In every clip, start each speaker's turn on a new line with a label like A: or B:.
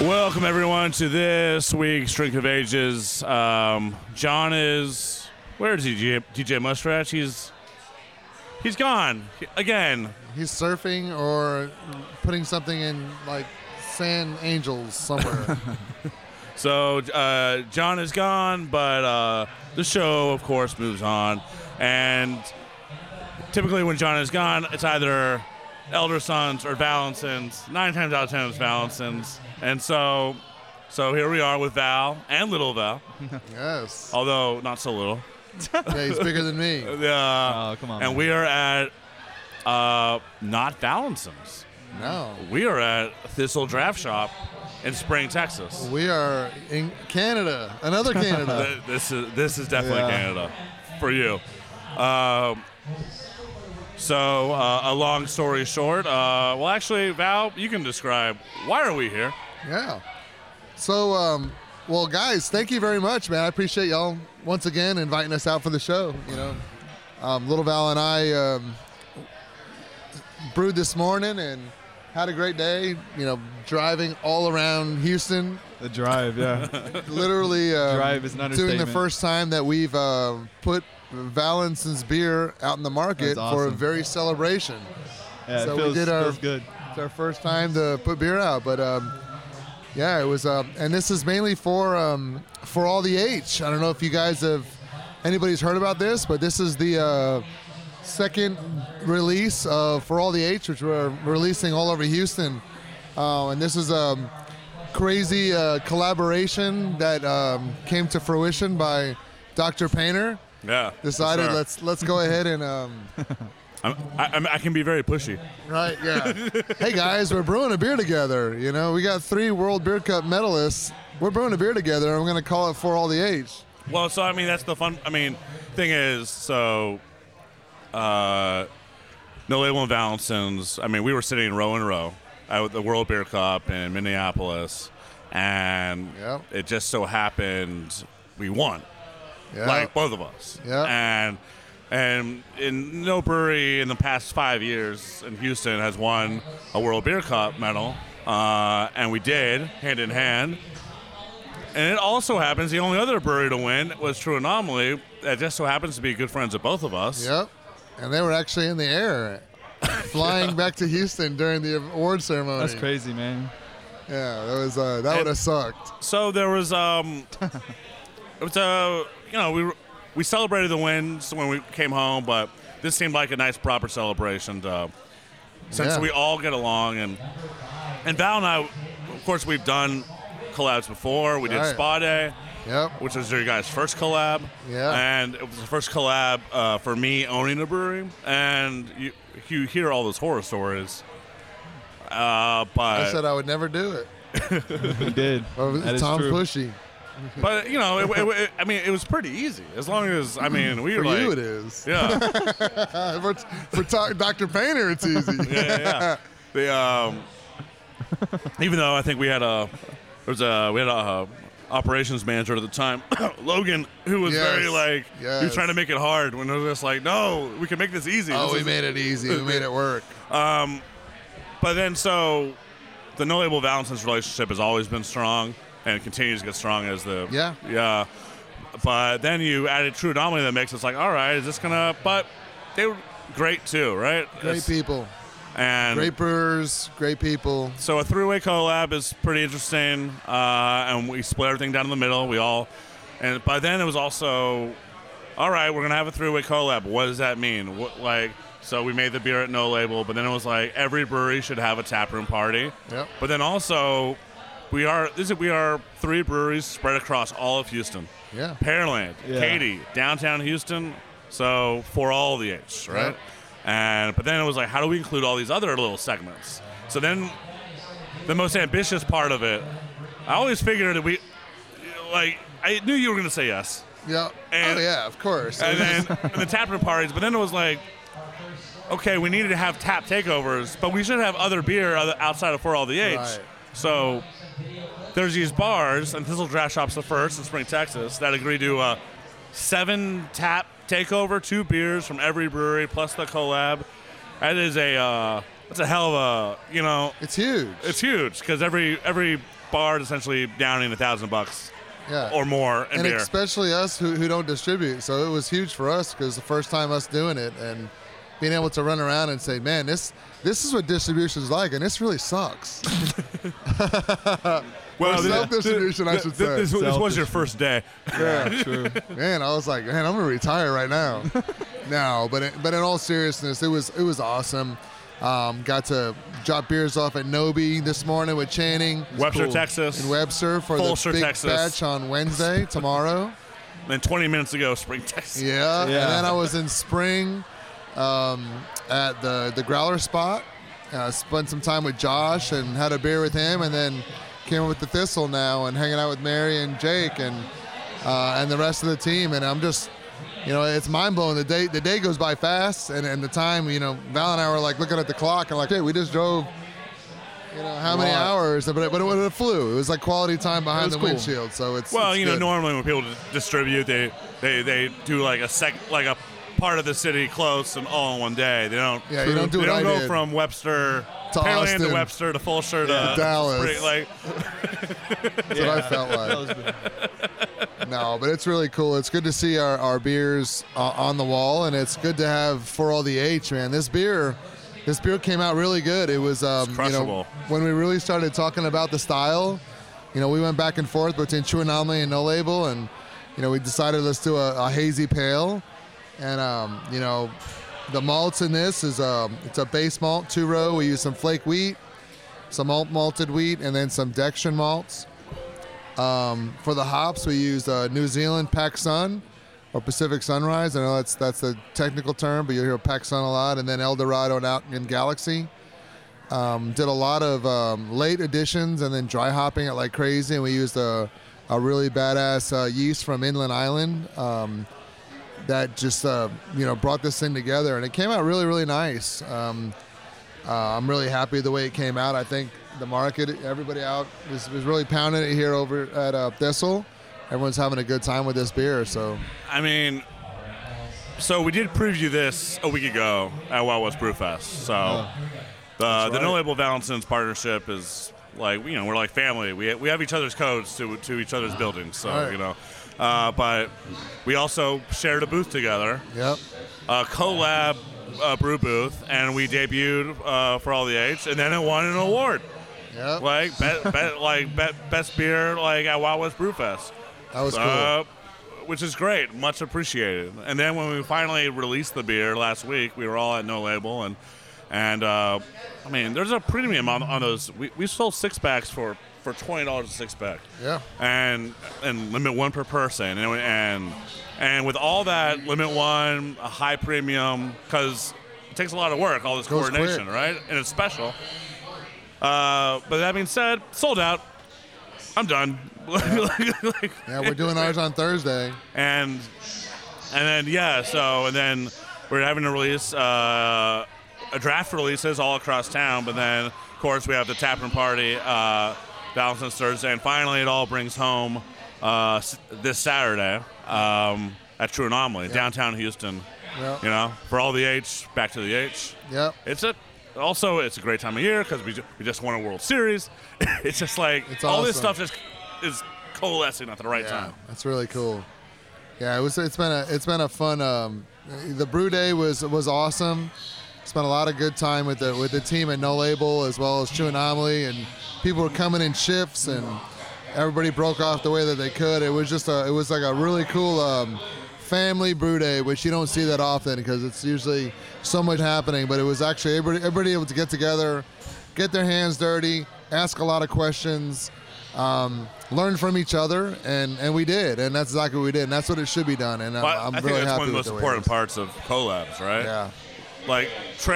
A: Welcome everyone to this week's Drink of Ages. Um, John is where is DJ DJ Muskrat? He's he's gone again.
B: He's surfing or putting something in like sand angels somewhere.
A: So uh, John is gone, but uh, the show, of course, moves on. And typically, when John is gone, it's either Elder Sons or Valensons. Nine times out of ten, it's Valensons. And so, so here we are with Val and Little Val,
B: yes.
A: although not so little. Uh,
B: Yeah, he's bigger than me.
A: Yeah.
C: Oh, come on,
A: And
C: man.
A: we are at uh, not Valensons.
B: No.
A: We are at Thistle Draft Shop in Spring, Texas.
B: We are in Canada. Another Canada.
A: Th- This is this is definitely
B: Yeah.
A: Canada for you. Um, so uh, a long story short. Uh, well, actually, Val, you can describe why are we here?
B: Yeah. So, um, well, guys, thank you very much, man. I appreciate y'all once again inviting us out for the show. You know, um, Little Val and I um, brewed this morning and had a great day. You know, driving all around Houston.
C: The drive, yeah.
B: Literally, um,
C: Drive is an
B: doing the
C: understatement.
B: first time that we've uh, put Valenson's beer out in the market
C: That's
B: for a
C: awesome.
B: very celebration.
C: yeah
B: So
C: it
B: we
C: feels,
B: did our-
C: feels good.
B: It's our first time to put beer out, but um, yeah, it was. Uh, and this is mainly for um, for all the H. I don't know if you guys have anybody's heard about this, but this is the uh, second release of for all the H, which we're releasing all over Houston. Uh, and this is a crazy uh, collaboration that um, came to fruition by Dr. Painter.
A: Yeah.
B: Decided
A: Sure.
B: let's let's go ahead and um,
A: I'm, I, I'm, I can be very pushy.
B: Right, yeah. hey guys, we're brewing a beer together. You know, we got three World Beer Cup medalists. We're brewing a beer together, and we're going to call it For All the H.
A: Well, so I mean, that's the fun. I mean, thing is, so uh, no label and Valensons. I mean, we were sitting row in row at the World Beer Cup in Minneapolis, and
B: Yep.
A: it just so happened we won,
B: Yeah.
A: like both of us.
B: Yep.
A: And and in no brewery in the past five years in Houston has won a World Beer Cup medal, uh, and we did hand in hand. And it also happens the only other brewery to win was True Anomaly that just so happens to be good friends of both of us.
B: yep. And they were actually in the air, flying back to Houston during the award ceremony.
C: That's crazy, man.
B: Yeah, that was uh, that would have sucked.
A: So there was um, it was uh, you know we were- we celebrated the wins when we came home, but this seemed like a nice proper celebration to, since
B: Yeah.
A: we all get along and and Val and I, of course, we've done collabs before. We did
B: Right.
A: Spa Day,
B: Yep.
A: which was your guys' first collab.
B: Yeah.
A: And it was the first collab uh, for me owning a brewery, and you you hear all those horror stories. Uh, but
B: I said I would never do it.
C: We did.
B: But
C: That is
B: Tom
C: true.
B: Pushy.
A: But you know, it, it, it- I mean, it was pretty easy as long as I mean, we
B: For
A: were like,
B: you, it is.
A: yeah,
B: Uh, for for Ta- Dr. Painter, it's easy.
A: yeah, yeah. The um, even though I think we had a there was a we had a uh, operations manager at the time, Logan, who was very
B: Yes,
A: like he was
B: yes.
A: trying to make it hard when it was just like, no, we can make this easy.
B: Oh,
A: This
B: we
A: is-
B: made it easy. We made it work.
A: But then so the no label Valentine's relationship has always been strong and continues to get strong as the
B: Yeah.
A: yeah. But then you added True Anomaly that makes it's like all right, is this gonna? But they were great too, right?
B: Great
A: It's-
B: people,
A: and
B: great brewers, great people.
A: so a three-way collab is pretty interesting, uh, and we split everything down in the middle. We all, and by then it was also, all right, we're gonna have a three-way collab. What does that mean? What like? So we made the beer at no label, but then it was like every brewery should have a taproom party.
B: Yep.
A: But then also, we are this is we are three breweries spread across all of Houston.
B: Yeah.
A: Pearland,
C: Yeah.
A: Katy, downtown Houston. So for all the H, right?
B: Yep.
A: And but then it was like, how do we include all these other little segments? So then, the most ambitious part of it, I always figured that we, like, I I knew you were gonna say yes,
B: Yeah.
A: And-
B: oh yeah, of course.
A: and then and the taproom parties. But then it was like, okay, we needed to have tap takeovers, but we should have other beer other- outside of for all the H.
B: Right.
A: So there's these bars, and Thistle Draft Shop's the first in Spring, Texas, that agree to uh, seven tap takeover, two beers from every brewery plus the collab. That is a uh, that's a hell of a you know
B: it's huge.
A: it's huge because every every bar is essentially downing a thousand bucks
B: yeah.
A: or more in
B: and
A: beer.
B: especially us who, who don't distribute. So it was huge for us because the first time us doing it and being able to run around and say, "Man, this this is what distribution's like, and this really sucks."
A: well,
B: this- self-distribution, I should say.
A: This, this was your first day.
C: Yeah, true.
B: man, I was like, man, I'm gonna retire right now. no, but it, but in all seriousness, it was it was awesome. Um, got to drop beers off at Nobi this morning with Channing
A: Webster,
C: cool.
A: Texas.
B: and Webster for
A: Folser,
B: the big
A: Texas.
B: batch on Wednesday tomorrow.
A: then 20 minutes ago, Spring, Texas.
B: Yeah.
C: Yeah.
B: And then I was in spring um, at the the Growler spot. Uh, spent some time with Josh and had a beer with him, and then came up with the Thistle now and hanging out with Mary and Jake and uh, and the rest of the team. And I'm just, you know, it's mind blowing. The day the day goes by fast, and, and the time, you know, Val and I were like looking at the clock and like, hey, we just drove. You know how many
C: Lot.
B: hours? But it, but it, it flew. It was like quality time behind
C: was
B: the
C: cool.
B: windshield. So it's
A: Well,
B: it's
A: you know,
B: good.
A: normally when people dis- distribute, they, they, they do like a sec, like a part of the city close and all in one day. They don't.
B: Yeah, you don't do
A: they
B: what
A: don't
B: I
A: go
B: did.
A: from Webster
B: To
A: Pearland to
B: Austin.
A: Webster to Fulshire
B: Yeah,
A: to
B: to Dallas.
A: Spring, like
B: That's what I felt like. No, but it's really cool. It's good to see our, our beers uh, on the wall, and it's good to have for all the H man. This beer, this beer came out really good. It was um, you know
A: crushable.
B: when we really started talking about the style. You know, we went back and forth between True Anomaly and No Label, and you know we decided let's do a, a hazy pale, and um, you know the malts in this is um, it's a base malt two row. We use some flake wheat, some alt malted wheat, and then some Dexian malts. For the hops, we used uh, New Zealand Pac Sun or Pacific Sunrise. I know that's that's the technical term, but you'll hear Pac Sun a lot. And then El Dorado and out in Galaxy. Um, did a lot of um, late additions and then dry hopping it like crazy. And we used a, a really badass uh, yeast from Inland Island um, that just uh, you know brought this thing together, and it came out really really nice. Um, uh, I'm really happy the way it came out. I think the market, everybody out was, was really pounding it here over at uh, Thistle. Everyone's having a good time with this beer, so
A: I mean, so we did preview this a week ago at Wild West Brewfest. So the the No Label Valentine's partnership is like you know we're like family. We we have each other's codes to to each other's buildings. So
B: All right.
A: you know, uh, but we also shared a booth together,
B: yep.
A: a collab uh, brew booth, and we debuted uh, for all the H, and then it won an award.
B: Yep.
A: Like be, be, like be, best beer like at Wild West Brewfest.
B: That was cool.
A: Uh, which is great, much appreciated. And then when we finally released the beer last week, we were all at No Label, and and uh, I mean, there's a premium on, on those. We, we sold six packs for for twenty dollars a six pack.
B: Yeah.
A: And and limit one per person, and and and with all that limit one, a high premium, because it takes a lot of work, all this
B: Goes
A: coordination,
B: quick.
A: right? And it's special. Uh, but that being said, sold out. I'm done. Like-
B: Yeah, we're doing ours on Thursday.
A: and and then yeah, so and then we're having to release uh, a draft releases all across town, but then of course we have the taproom party uh, Valentine's Thursday, and finally it all brings home uh, s- this Saturday um, at True Anomaly downtown Houston.
B: Yeah.
A: You know, for all the H, back to the H.
B: Yep.
A: It's a also it's a great time of year because we, ju- we just won a World Series. it's just like
B: It's
A: all this
B: awesome.
A: stuff just is coalescing at the right
B: Yeah,
A: time.
B: that's really cool. Yeah, it was. It's been a. It's been a fun. Um, the brew day was was awesome. Spent a lot of good time with the with the team at No Label as well as True Anomaly, and people were coming in shifts, and everybody broke off the way that they could. It was just a. It was like a really cool um, family brew day, which you don't see that often because it's usually so much happening. But it was actually everybody everybody able to get together, get their hands dirty, ask a lot of questions um, learn from each other, and, and we did, and that's exactly what we did, and that's what it should be done. And I'm,
A: Well,
B: I'm
A: I think
B: really
A: that's
B: happy
A: one of the most
B: with the way it
A: important
B: is.
A: parts of collabs, right?
B: Yeah,
A: Like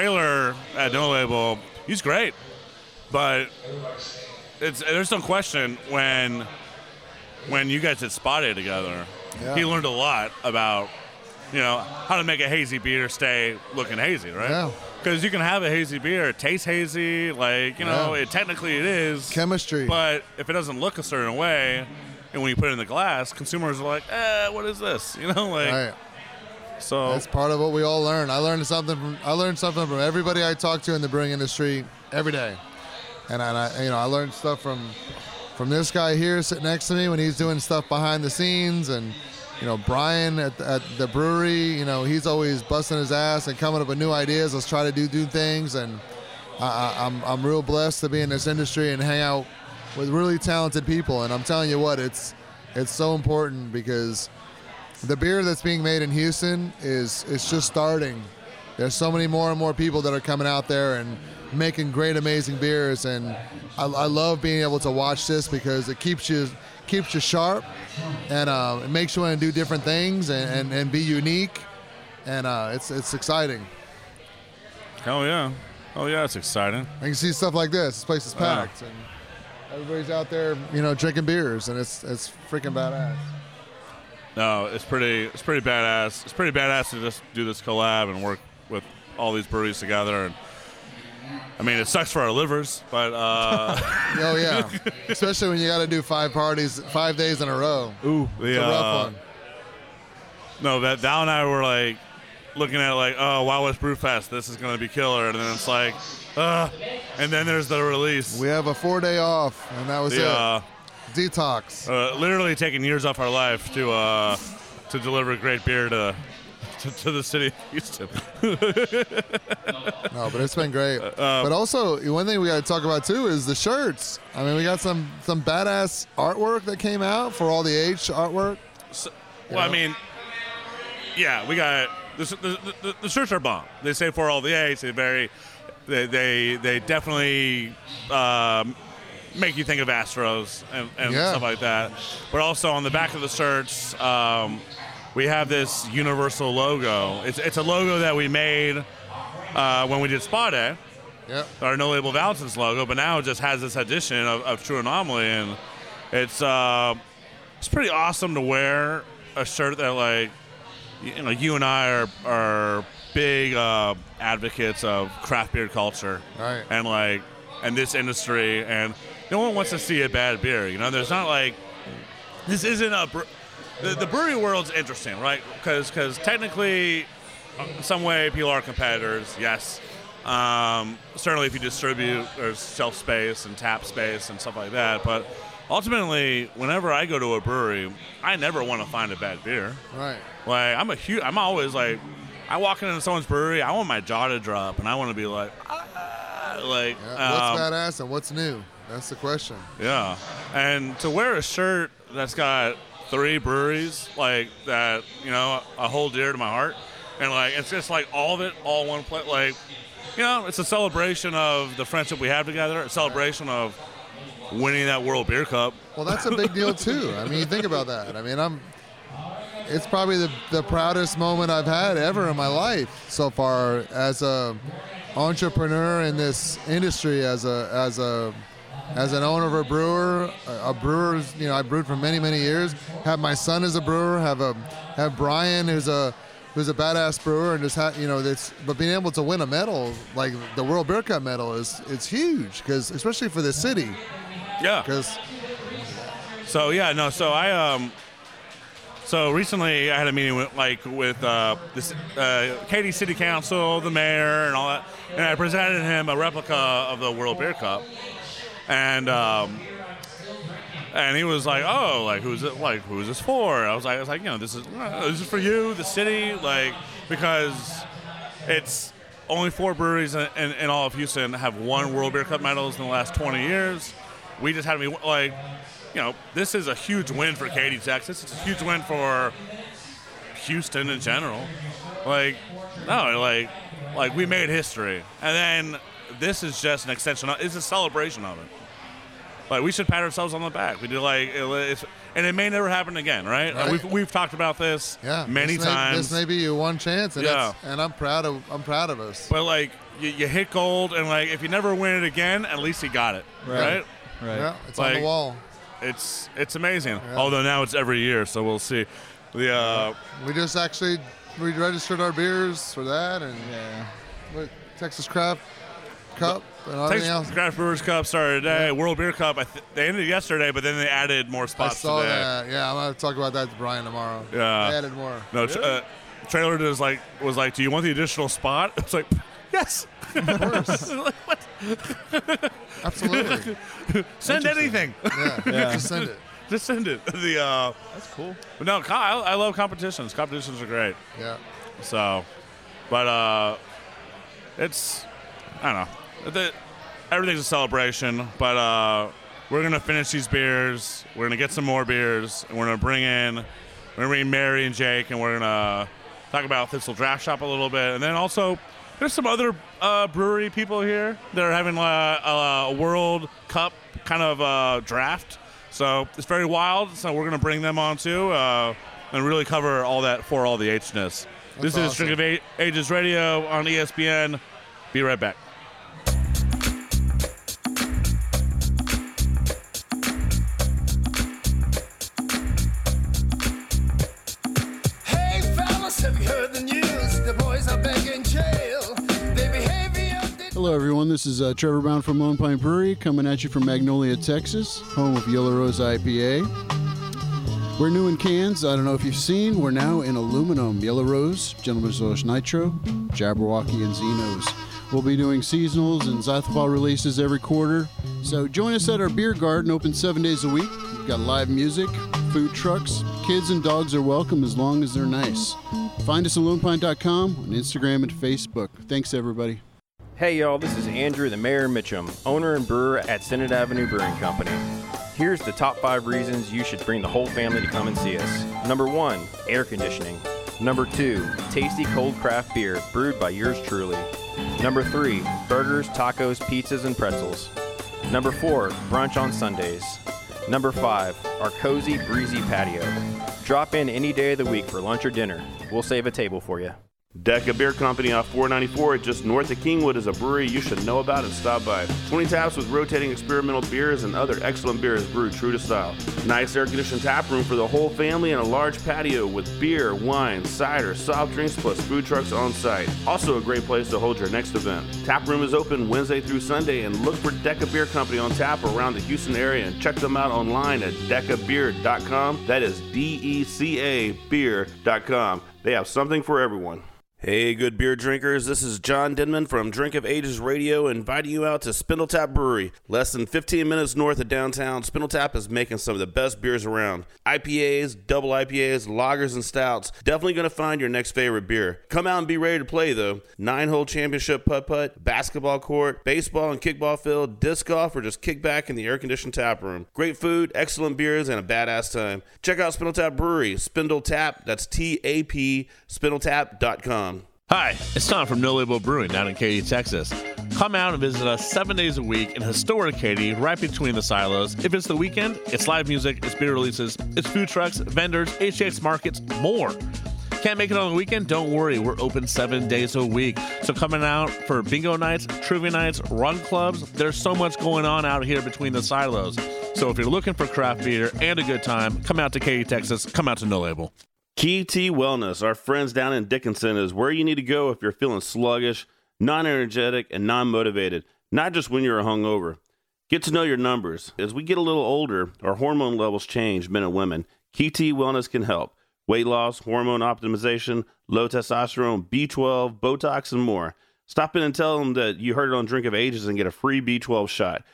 A: trailer at No Label, he's great, but it's there's no question when when you guys did Spotted together.
B: Yeah.
A: He learned a lot about, you know, how to make a hazy beer stay looking hazy, right?
B: Yeah.
A: Because you can have a hazy beer, it tastes hazy, like, you know,
B: Yeah.
A: it technically it is.
B: Chemistry.
A: But if it doesn't look a certain way, and when you put it in the glass, consumers are like, eh, what is this? You know, like,
B: Right.
A: so.
B: That's part of what we all learn. I learned something from I learned something from everybody I talk to in the brewing industry every day, and I, and I you know I learned stuff from from this guy here sitting next to me when he's doing stuff behind the scenes, and you know Brian at, at the brewery. You know he's always busting his ass and coming up with new ideas. Let's try to do do things, and I, I, I'm I'm real blessed to be in this industry and hang out with really talented people. And I'm telling you what, it's it's so important because the beer that's being made in Houston is it's just starting. There's so many more and more people that are coming out there and making great, amazing beers, and I, I love being able to watch this because it keeps you keeps you sharp, and uh, it makes you want to do different things and, and, and be unique, and uh, it's it's exciting.
A: Hell yeah. Oh yeah, it's exciting.
B: I can see stuff like this. This place is packed, and everybody's out there, you know, drinking beers, and it's it's freaking badass.
A: No, it's pretty it's pretty badass. It's pretty badass to just do this collab and work with all these breweries together and I mean it sucks for our livers, but uh
B: Oh yeah, especially when you got to do five parties, five days in a row.
A: Ooh, the,
B: It's a
A: uh,
B: rough one.
A: No, that Val and I were like looking at it like, oh Wild West Brew Fest, this is gonna be killer and then it's like, uh and then there's the release.
B: We have a four day off, and that was
A: the,
B: it.
A: uh,
B: Detox.
A: uh, literally taking years off our life to uh to deliver great beer to to, to the city of Houston.
B: No, but it's been great. but also, one thing we got to talk about too is the shirts. I mean, we got some some badass artwork that came out for all the age artwork.
A: Well, I mean, yeah, we got the, the, the, the shirts are bomb. They say for all the A's. They very, they they, they definitely um, make you think of Astros and, and
B: Yeah.
A: stuff like that. But also on the back of the shirts, um, we have this universal logo. It's it's a logo that we made uh, when we did Spa Day
B: Yep.
A: our No Label Valentine's logo, but now it just has this addition of, of True Anomaly, and it's uh, it's pretty awesome to wear a shirt that like you know you and I are are big uh, advocates of craft beer culture,
B: Right.
A: And like and this industry, and no one wants to see a bad beer. You know, there's not like this isn't a. Br- the, the brewery world's interesting, right? Because technically, uh, in some way, people are competitors. Yes, um, certainly if you distribute, there's shelf space and tap space and stuff like that. But ultimately, whenever I go to a brewery, I never want to find a bad beer.
B: Right.
A: Like I'm a huge. I'm always like, I walk into someone's brewery, I want my jaw to drop, and I want to be like, ah, like
B: Yeah.
A: um,
B: what's badass and what's new? That's the question.
A: yeah, and to wear a shirt that's got three breweries like that, you know, a whole dear to my heart, and like it's just like all of it, all one place. Like, you know, it's a celebration of the friendship we have together, a celebration of winning that World Beer Cup.
B: Well, that's a big deal too. I mean, think about that. I mean, I'm. It's probably the, the proudest moment I've had ever in my life so far as a entrepreneur in this industry, as a as a as an owner of a brewer, a, a brewer's. You know, I brewed for many many years. Have my son as a brewer. Have a have Brian who's a who's a badass brewer and just ha- you know that's but being able to win a medal like the World Beer Cup medal is it's huge because especially for this city
A: Yeah.
B: because
A: So yeah, no. So I um, so recently I had a meeting with like with uh, this uh, Katy City Council, the mayor, and all that, and I presented him a replica of the World Beer Cup, and um, and he was like, oh, like who's it? Like who's this for? I was like, I was like, you know, this is uh, this is for you, the city, like because it's. Only four breweries in, in, in all of Houston have won World Beer Cup medals in the last 20 years. We just had to be like, you know, this is a huge win for Katy, Texas. It's a huge win for Houston in general. Like, no, like, like we made history, and then this is just an extension. Of, it's a celebration of it. Like, we should pat ourselves on the back. We do like, it, it's, and it may never happen again, right?
B: Right.
A: We've we've talked about this
B: Yeah,
A: many
B: this may-
A: times.
B: this may be your one chance, and,
A: Yeah.
B: it's- and I'm proud of I'm proud of us.
A: but like, you, you hit gold, and like, if you never win it again, at least you got it,
C: Right.
A: right?
C: Right.
B: yeah, it's on
A: like-
B: the wall.
A: It's it's amazing. Although now it's every year, so we'll see. The uh,
B: We just actually we registered our beers for that and
C: Yeah.
B: what, Texas Craft Cup and everything
A: Texas
B: else.
A: Craft Brewers Cup started today. World Beer Cup. I th- they ended yesterday, but then they added more
B: I
A: spots
B: saw
A: today.
B: that. Yeah, I'm gonna talk about that to Brian tomorrow.
A: Yeah.
B: I added more.
A: No, tra- uh, trailer was like was like, "Do you want the additional spot?" It's like, "Yes,
B: Of course,
A: Like, what?
B: absolutely.
A: send anything,
B: Yeah,
C: Yeah.
B: just send it.
A: just send it." The uh,
C: That's cool.
A: but no, Kyle, I love competitions. Competitions are great.
B: Yeah.
A: So, but uh, it's I don't know. The, everything's a celebration, but uh, we're gonna finish these beers. We're gonna get some more beers, and we're gonna bring in we're gonna bring Mary and Jake, and we're gonna talk about Thistle Draft Shop a little bit, and then also there's some other uh, brewery people here that are having uh, a, a World Cup kind of uh, draft. So it's very wild. So we're gonna bring them on too, uh, and really cover all that for all the H-ness. this is
B: awesome.
A: Drink of A- Ages Radio on E ESPN. Be right back.
D: Hey fellas, have you heard the news? The boys are back in jail. Their behavior did
E: Hello, everyone. This is uh, Trevor Brown from Lone Pine Brewery coming at you from Magnolia, Texas, home of Yellow Rose IPA. We're new in cans. I don't know if you've seen. We're now in aluminum Yellow Rose, Gentleman's Rush Nitro, Jabberwocky, and Xenos. We'll be doing seasonals and Zythopal releases every quarter. So join us at our beer garden, open seven days a week. We've got live music, food trucks. Kids and dogs are welcome as long as they're nice. Find us at lonepine.com on Instagram and Facebook. Thanks, everybody.
F: Hey y'all, this is Andrew the Mayor Mitchum, owner and brewer at Senate Avenue Brewing Company. Here's the top five reasons you should bring the whole family to come and see us. Number one, air conditioning. Number two, tasty cold craft beer brewed by yours truly. Number three, burgers, tacos, pizzas, and pretzels. Number four, brunch on Sundays. Number five, our cozy, breezy patio. Drop in any day of the week for lunch or dinner. We'll save a table for you.
G: Deca Beer Company off 494 just north of Kingwood is a brewery you should know about and stop by. 20 taps with rotating experimental beers and other excellent beers brewed true to style. Nice air conditioned tap room for the whole family and a large patio with beer, wine, cider, soft drinks, plus food trucks on site. Also a great place to hold your next event. Tap room is open Wednesday through Sunday and look for Deca Beer Company on tap around the Houston area and check them out online at decabeer.com. That is D E C A beer.com. They have something for everyone. Hey, good beer drinkers. This is John Denman from Drink of Ages Radio inviting you out to Spindletop Brewery. Less than 15 minutes north of downtown, Spindletop is making some of the best beers around IPAs, double IPAs, lagers, and stouts. Definitely going to find your next favorite beer. Come out and be ready to play, though. Nine hole championship putt putt, basketball court, baseball and kickball field, disc golf, or just kick back in the air conditioned tap room. Great food, excellent beers, and a badass time. Check out Spindletop Brewery, Spindle Tap, that's T A P, spindletap.com.
H: Hi, it's Tom from No Label Brewing down in Katy, Texas. Come out and visit us seven days a week in historic Katy, right between the silos. If it's the weekend, it's live music, it's beer releases, it's food trucks, vendors, HX markets, more. Can't make it on the weekend? Don't worry, we're open seven days a week. So coming out for bingo nights, trivia nights, run clubs. There's so much going on out here between the silos. So if you're looking for craft beer and a good time, come out to Katy, Texas. Come out to No Label.
G: Key T Wellness, our friends down in Dickinson, is where you need to go if you're feeling sluggish, non energetic, and non motivated, not just when you're hungover. Get to know your numbers. As we get a little older, our hormone levels change, men and women. Key T Wellness can help. Weight loss, hormone optimization, low testosterone, B12, Botox, and more. Stop in and tell them that you heard it on Drink of Ages and get a free B12 shot.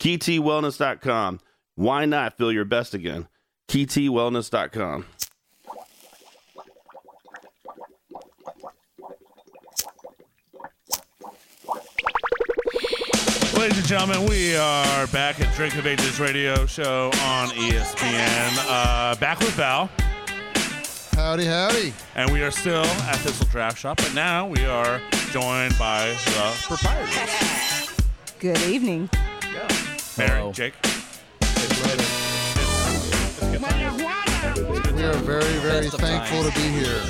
G: KeyTWellness.com. Why not feel your best again? KeyTWellness.com.
A: Ladies and gentlemen, we are back at Drink of Ages Radio Show on E ESPN. Uh, back with Val,
B: Howdy, howdy.
A: and we are still at Thistle Draft Shop, but now we are joined by the proprietors,
I: Good evening.
A: Mary,
H: Hello.
A: Jake.
B: We are very, very thankful to be here.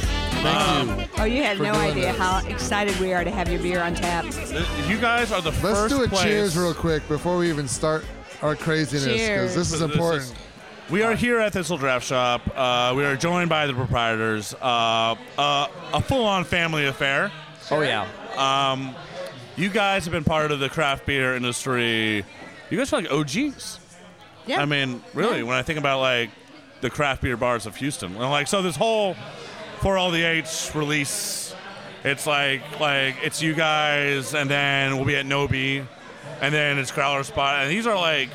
B: Thank you.
I: Oh, you had
B: For
I: no
B: doing
I: idea
B: this.
I: how excited we are to have your beer on tap.
A: Th- You guys are the
B: Let's
A: first
B: do a
A: place.
B: cheers real quick before we even start our craziness because
I: Cheers.
B: this is
A: This is-
B: important.
A: We are here at Thistle Draft Shop. Uh, we are joined by the proprietors. Uh, uh, a full-on family affair.
J: Oh yeah.
A: Um, you guys have been part of the craft beer industry. You guys are like OGs.
I: Yeah.
A: I mean, really, when I think about like the craft beer bars of Houston, and like so this whole for all the H release, it's like like it's you guys, and then we'll be at Nobi, and then it's Crowler Spot, and these are like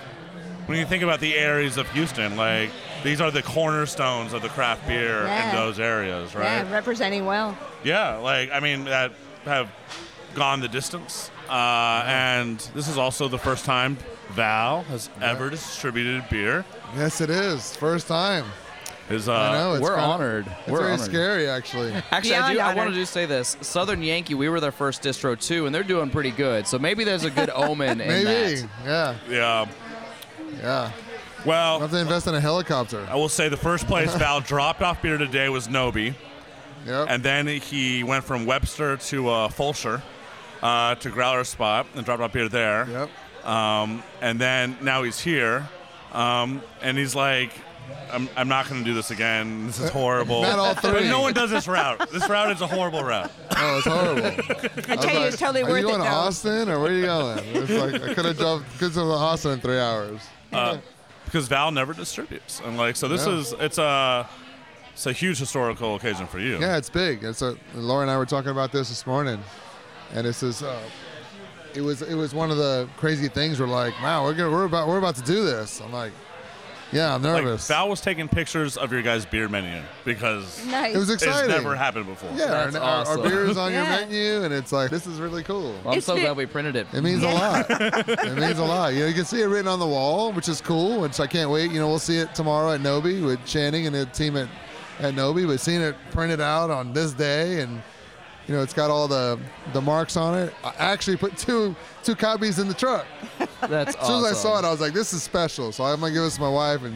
A: when you think about the areas of Houston, like these are the cornerstones of the craft beer
I: Yeah.
A: in those areas, right?
I: Yeah, representing well.
A: Yeah, like I mean that have gone the distance,
I: Mm-hmm.
A: uh, and this is also the first time Val has ever distributed beer.
B: Yes, it is. First time.
A: Is uh,
B: I know. It's kinda- It's very scary, actually.
J: Actually, I, do, I wanted to just say this. Southern Yankee, we were their first distro too, and they're doing pretty good. So maybe there's a good omen in
B: Maybe.
J: that.
B: Yeah.
A: Yeah.
B: Yeah.
A: Well,
B: have to invest in a helicopter.
A: I will say the first place Val dropped off beer today was Nobi. And then he went from Webster to uh, Fulcher uh, to Growler Spot and dropped off beer there. Yep. Um, and then now he's here. Um, and he's like, I'm, I'm not going to do this again. This is horrible.
B: Uh, Not all
A: But
B: three.
A: no one does this route. This route is a horrible route.
B: Oh, it's horrible. I
I: tell you, it's totally
B: Are
I: worth
B: you
I: it,
B: going to
I: though."
B: Austin or where are you going? It's like I could have jumped, could have to Austin in three hours.
A: Uh, because Val never distributes. And like, so this
B: Yeah.
A: is, it's a, it's a huge historical occasion for you.
B: Yeah, it's big. It's a, Laura and I were talking about this this morning, and it's this. Uh, it was it was one of the crazy things. We're like, wow, we're gonna, we're about we're about to do this. I'm like, yeah, I'm
A: Like,
B: nervous.
A: Val was taking pictures of your guys' beer menu because
B: Nice. It was exciting.
A: It's never happened before.
B: yeah, our, our- our beer is on your menu, and it's like this is really cool.
J: Well, I'm so glad we printed it.
B: It means a lot. it means a lot. You know, you can see it written on the wall, which is cool. Which I can't wait. You know, we'll see it tomorrow at Nobi with Channing and the team at at Nobi. But seeing it printed out on this day, and you know, it's got all the the marks on it. I actually put two two copies in the truck.
J: That's
B: As soon as I saw
J: awesome.
B: it, I was like, "This is special." So I'm gonna give this to my wife, and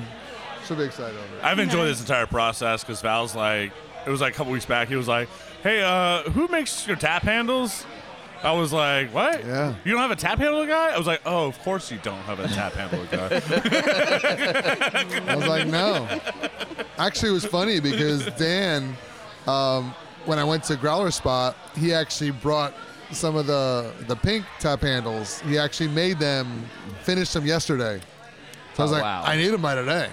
B: she'll be excited over it.
A: I've enjoyed this entire process because Val's like, it was like a couple weeks back. He was like, "Hey, uh, who makes your tap handles?" I was like, "What? Yeah. You don't have a tap handle guy?" I was like, "Oh, of course you don't have a tap handle guy."
B: I was like, no. Actually, it was funny because Dan, um, when I went to Growler Spot, he actually brought some of the the pink tap handles. He actually made them, finished them yesterday. So I was
J: Oh,
B: like,
J: wow.
B: I need them by today.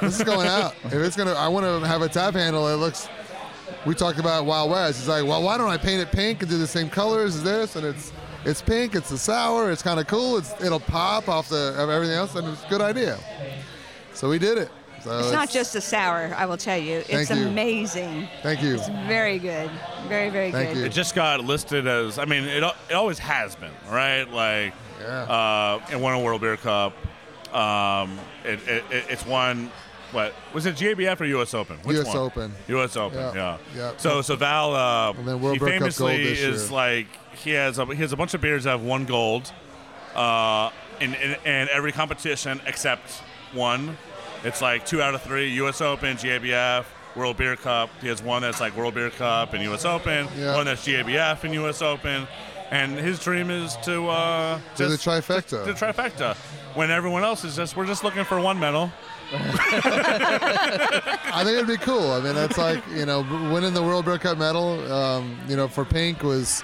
B: This is going out. if it's gonna, I want to have a tap handle. It looks. We talked about Wild West. He's like, well, why don't I paint it pink and do the same colors as this? And it's it's pink. It's a sour. It's kind of cool. It's it'll pop off the of everything else, and it's a good idea. So we did it. So
I: it's not just a sour, I will tell you. It's
B: Thank you.
I: amazing.
B: Thank you.
I: It's very good. Very, very good.
A: It just got listed as. I mean, it al- it always has been, right? Like, uh, it won a World Beer Cup. Um, it, it, it it's won. What was it? GABF or U.S. Open? Which
B: US
A: one?
B: Open.
A: U.S. Open. Yeah.
B: Yeah, yeah.
A: So so Val. Uh, he
B: World Beer Cup gold
A: famously
B: this year.
A: is like he has a, he has a bunch of beers that have one gold, uh, in, in in every competition except one. It's like two out of three: U.S. Open, GABF, World Beer Cup. He has one that's like World Beer Cup and U.S. Open,
B: Yeah.
A: one that's GABF and U.S. Open, and his dream is to uh,
B: To the
A: just-
B: trifecta.
A: to the trifecta. When everyone else is just, we're just looking for one medal.
B: I think it'd be cool. I mean, that's like you know, winning the World Beer Cup medal, um, you know, for Pink was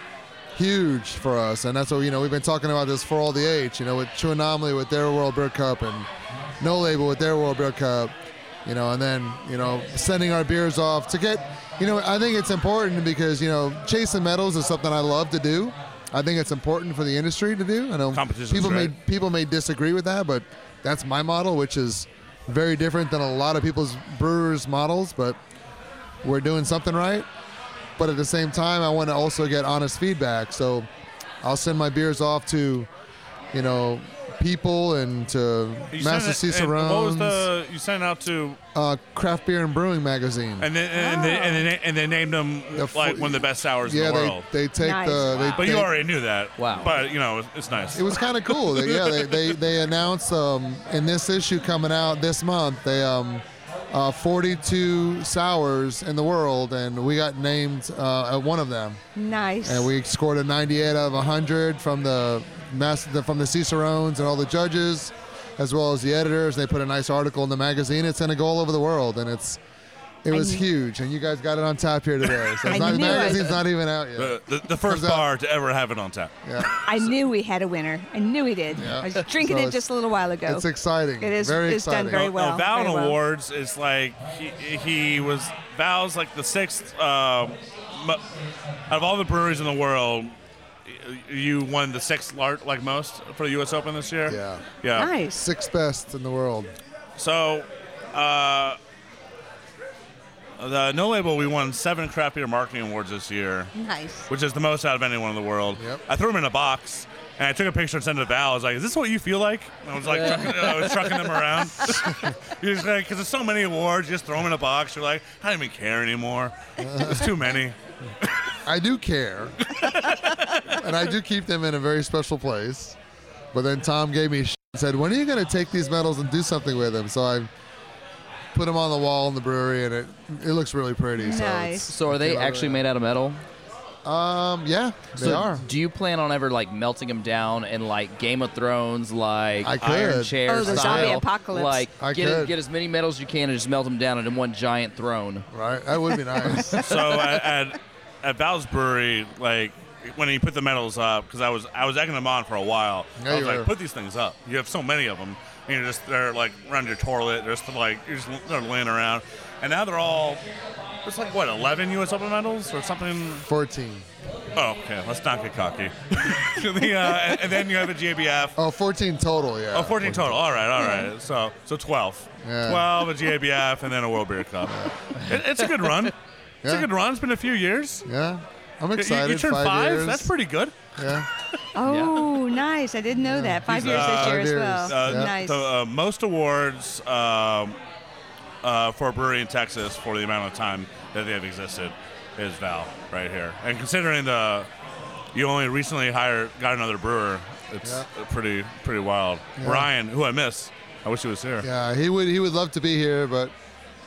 B: huge for us, and that's what you know we've been talking about this for all the age. You know, with True Anomaly with their World Beer Cup and No Label with their World Beer Cup, you know, and then you know sending our beers off to get, you know, I think it's important because you know chasing medals is something I love to do. I think it's important for the industry to do. I know
A: Competition's
B: people
A: right.
B: may people may disagree with that, but that's my model, which is very different than a lot of people's brewers' models. But we're doing something right. But at the same time, I want to also get honest feedback. So I'll send my beers off to, you know, people and to
A: You sent
B: Master
A: it- and
B: Cicerones,
A: What was the you sent out to
B: uh, Craft Beer and Brewing Magazine.
A: and then and, they, and, they, and they named them like one of the best sours
B: yeah,
A: in the
B: they-
A: world.
B: they take Nice. the- they
A: but you
B: take-
A: already knew that. Wow. But you know, it's- it's nice.
B: It was kind of cool. They, yeah, they, they, they announced um, in this issue coming out this month, they um, uh, 42 sours in the world, and we got named uh, at one of them.
I: Nice.
B: And we scored a 98 out of 100 from the mass, the, from the Cicerones and all the judges. as well as the editors. And they put a nice article in the magazine. It's going to go all over the world, and it's it
I: I
B: was
I: knew-
B: huge. And you guys got it on top here today. So
I: I
B: it's not, the
I: knew it.
B: magazine's not even out yet.
A: The, the, the first bar to ever have it on tap.
I: I knew we had a winner. I knew we did. I was drinking
A: So
I: it just a little while ago.
B: it's exciting.
I: It is.
B: Very
I: it's done
B: exciting.
I: very
A: No,
I: well.
A: No, Val
I: very
A: in
I: well.
A: awards is like he, he was Val's like the sixth um, mo- out of all the breweries in the world. y- You won the sixth large, like most for the U.S. Open this year. Yeah, yeah.
B: Sixth best in the world.
A: So, uh, the No Label, we won seven craft beer marketing awards this year.
I: Nice.
A: Which is the most out of anyone in the world. I threw them in a box and I took a picture and sent it to Val. I was like, is this what you feel like? And I was like, trucking, uh, I was trucking them around. Because there's so many awards, you just throw them in a box. You're like, I don't even care anymore. It's too many.
B: I do care, and I do keep them in a very special place. But then Tom gave me sh- and said, "When are you going to take these medals and do something with them?" So I put them on the wall in the brewery, and it it looks really pretty. So, it's-
J: So are they
B: came out
J: actually
B: really
J: made out of metal?
B: Um, yeah, they
J: so
B: are.
J: Do you plan on ever like melting them down in like Game of Thrones, like
B: I
J: Iron
B: could.
J: Chair
B: Oh, the
J: style?
B: zombie apocalypse.
J: Like
B: I
J: get
B: could.
J: get as many medals as you can and just melt them down into one giant throne.
B: Right, that would be nice.
A: so at, at at Val's Brewery, like when he put the medals up, because I was I was egging them on for a while. I
B: Yeah,
A: was
B: you
A: like,
B: were.
A: put these things up. You have so many of them. And you're just they're like around your toilet. They're just like you're just they're laying around. And now they're all. There's like what 11 U.S. Open medals or something.
B: Fourteen.
A: Oh, okay. Let's not get cocky. The, uh, and, and then you have a JBF.
B: Oh, 14 total. Yeah.
A: oh, 14 total. All right, all right. So so 12.
B: Yeah.
A: 12 a JBF and then a World Beer Cup. It- it's a good run. It's a
B: Yeah.
A: good run. It's been a few years.
B: Yeah, I'm
A: You- you-
B: excited.
A: You, turned five.
B: years.
A: That's pretty good.
B: Yeah.
I: Oh, nice. I didn't know that. Five years this year as well. nice.
A: The uh, most awards um, uh, for a brewery in Texas for the amount of time that they have existed is Val right here. And considering the you only recently hired got another brewer, it's
B: Yeah.
A: pretty pretty wild.
B: Yeah.
A: Brian, who I miss, I wish he was here.
B: Yeah, he would he would love to be here, but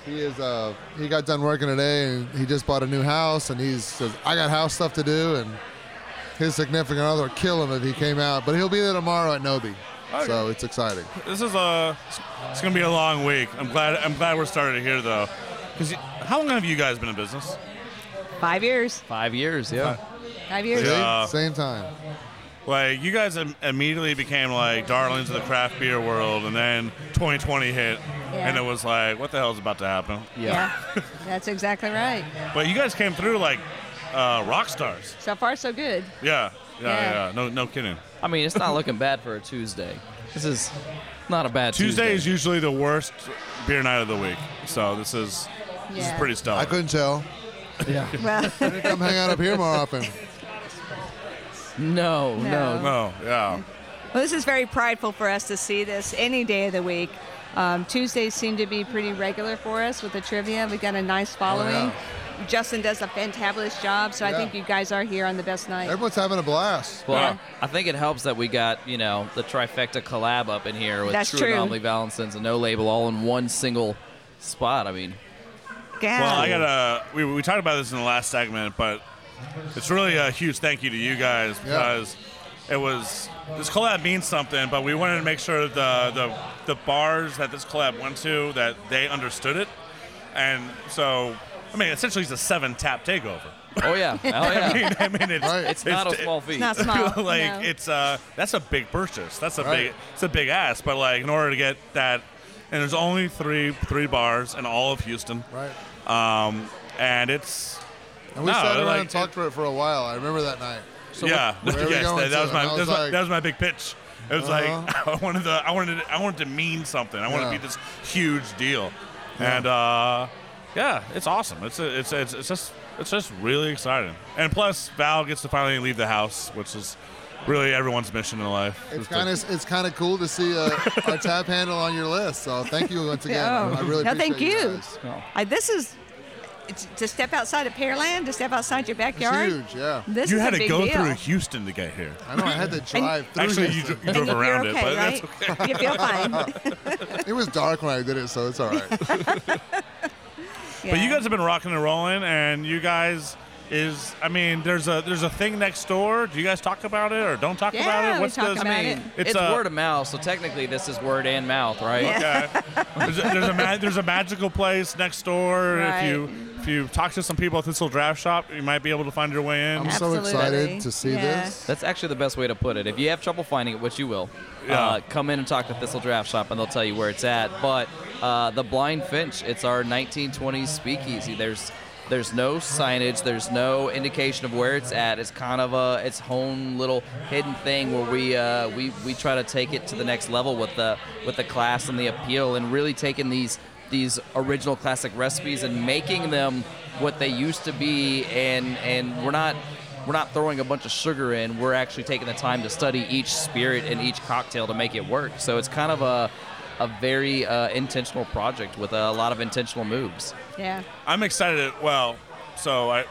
B: he is uh he got done working today and he just bought a new house and he's says I got house stuff to do and his significant other would kill him if he came out, but he'll be there tomorrow at Nobi. So it's exciting.
A: This is a it's gonna be a long week. I'm glad I'm glad we're starting here though, because how long have you guys been in business?
I: Five years.
J: Five years, yeah.
I: Five years.
A: Yeah.
B: Same time.
A: Like you guys im- immediately became like darlings of the craft beer world, and then 2020 hit, and it was like, what the hell is about to happen?
I: Yeah. That's exactly right.
A: But you guys came through like uh, rock stars.
I: So far, so good.
A: Yeah, yeah, yeah.
I: Yeah.
A: No, no kidding.
J: I mean, it's not looking bad for a Tuesday. This is not a bad
A: Tuesday,
J: Tuesday.
A: is usually the worst beer night of the week, so this is this is
I: Yeah.
A: pretty stellar.
B: I couldn't tell.
J: Yeah.
I: Well,
B: Come hang out up here more often.
J: No,
I: No.
A: no, Oh, yeah.
I: Well, this is very prideful for us to see this any day of the week. Um, Tuesdays seem to be pretty regular for us with the trivia. We've got a nice following. Justin does a fantabulous job, so I
B: Yeah.
I: think you guys are here on the best night.
B: Everyone's having a blast.
J: Well, I think it helps that we got you know the trifecta collab up in here with
I: That's
J: True,
I: true.
J: Anomaly, Valentine's, and No Label all in one single spot. I mean,
A: Well, I gotta. We, we talked about this in the last segment, but it's really a huge thank you to you guys because it was this collab means something. But we wanted to make sure that the the the bars that this collab went to that they understood it, and so I mean, essentially, it's a seven tap takeover.
J: Oh yeah, oh yeah.
A: I mean, I mean it's,
J: Right. It's not a small It's feat. not small,
A: like
J: no.
A: it's uh, that's a big purchase. That's a
J: Right.
A: big, it's a big ass. But like, in order to get that, and there's only three three bars in all of Houston. Right. Um, and it's.
B: And we
A: no,
B: sat around
A: like,
B: and talked for it for a while. I remember that night.
A: yeah,
B: Where are we
A: yes,
B: going
A: that, that
B: to?
A: was my
B: And I
A: that was my,
B: like,
A: that was my big pitch. It was like
B: Uh-huh.
A: I wanted to I wanted to, I wanted to mean something. I wanted
B: Yeah.
A: to be this huge deal, and uh, yeah, it's awesome. It's a, it's it's it's just it's just really exciting. And plus, Val gets to finally leave the house, which is really everyone's mission in life.
B: It's
A: Just to-
B: kind of it's kind of cool to see uh, our tap handle on your list. So thank you once again.
I: Oh.
B: I really
I: no,
B: appreciate
I: thank
B: you.
I: you.
B: guys.
I: I, this is it's- to step outside of Pearland, to step outside your backyard.
B: huge, yeah.
I: This
A: you
I: is
A: had
I: a
A: to
I: big
A: go
I: deal.
A: through Houston to get here.
B: I know I had to drive through.
A: Actually, you,
B: Houston.
A: dro- you drove around it, but that's okay.
I: You feel fine.
B: it was dark when I did it, so it's all right.
A: But you guys have been rocking and rolling, and you guys is I mean, there's a there's a thing next door. Do you guys talk about it or don't talk about
I: Yeah,
A: it?
I: we talk about it.
J: It's,
A: a-
J: word of mouth, so technically this is word and mouth, right?
A: Okay. there's, a, there's, a ma- there's a magical place next door.
J: Right.
A: If you if you talk to some people at Thistle Draft Shop, you might be able to find your way in.
B: I'm so excited to see this.
J: That's actually the best way to put it. If you have trouble finding it, which you will, uh, come in and talk to Thistle Draft Shop, and they'll tell you where it's at. But uh, the Blind Finch, it's our 1920s speakeasy. There's there's no signage. There's no indication of where it's at. It's kind of a its own little hidden thing where we uh, we we try to take it to the next level with the with the class and the appeal, and really taking these these original classic recipes and making them what they used to be and and we're not we're not throwing a bunch of sugar in we're actually taking the time to study each spirit and each cocktail to make it work so it's kind of a a very uh, intentional project with a lot of intentional moves
I: Yeah.
A: I'm excited. Well, so I,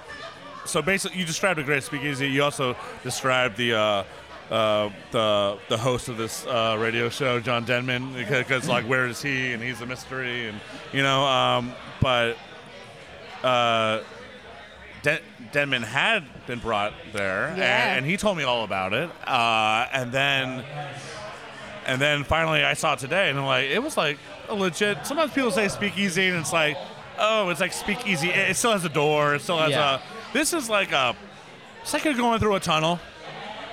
A: so basically, you described a great speakeasy. You also described the. Uh, uh, the the host of this uh, radio show, John Denman, because like where is he? And he's a mystery, and you know. Um, but uh, Den- Denman had been brought there, and-
H: Yeah.
A: and, he told me all about it. Uh, and then and then finally, I saw it today, and I'm like, it was like a legit. Sometimes people say speakeasy, and it's like, oh, it's like speakeasy. It it still has a door. It still has
H: Yeah.
A: a. This is like a. It's like you're going through a tunnel,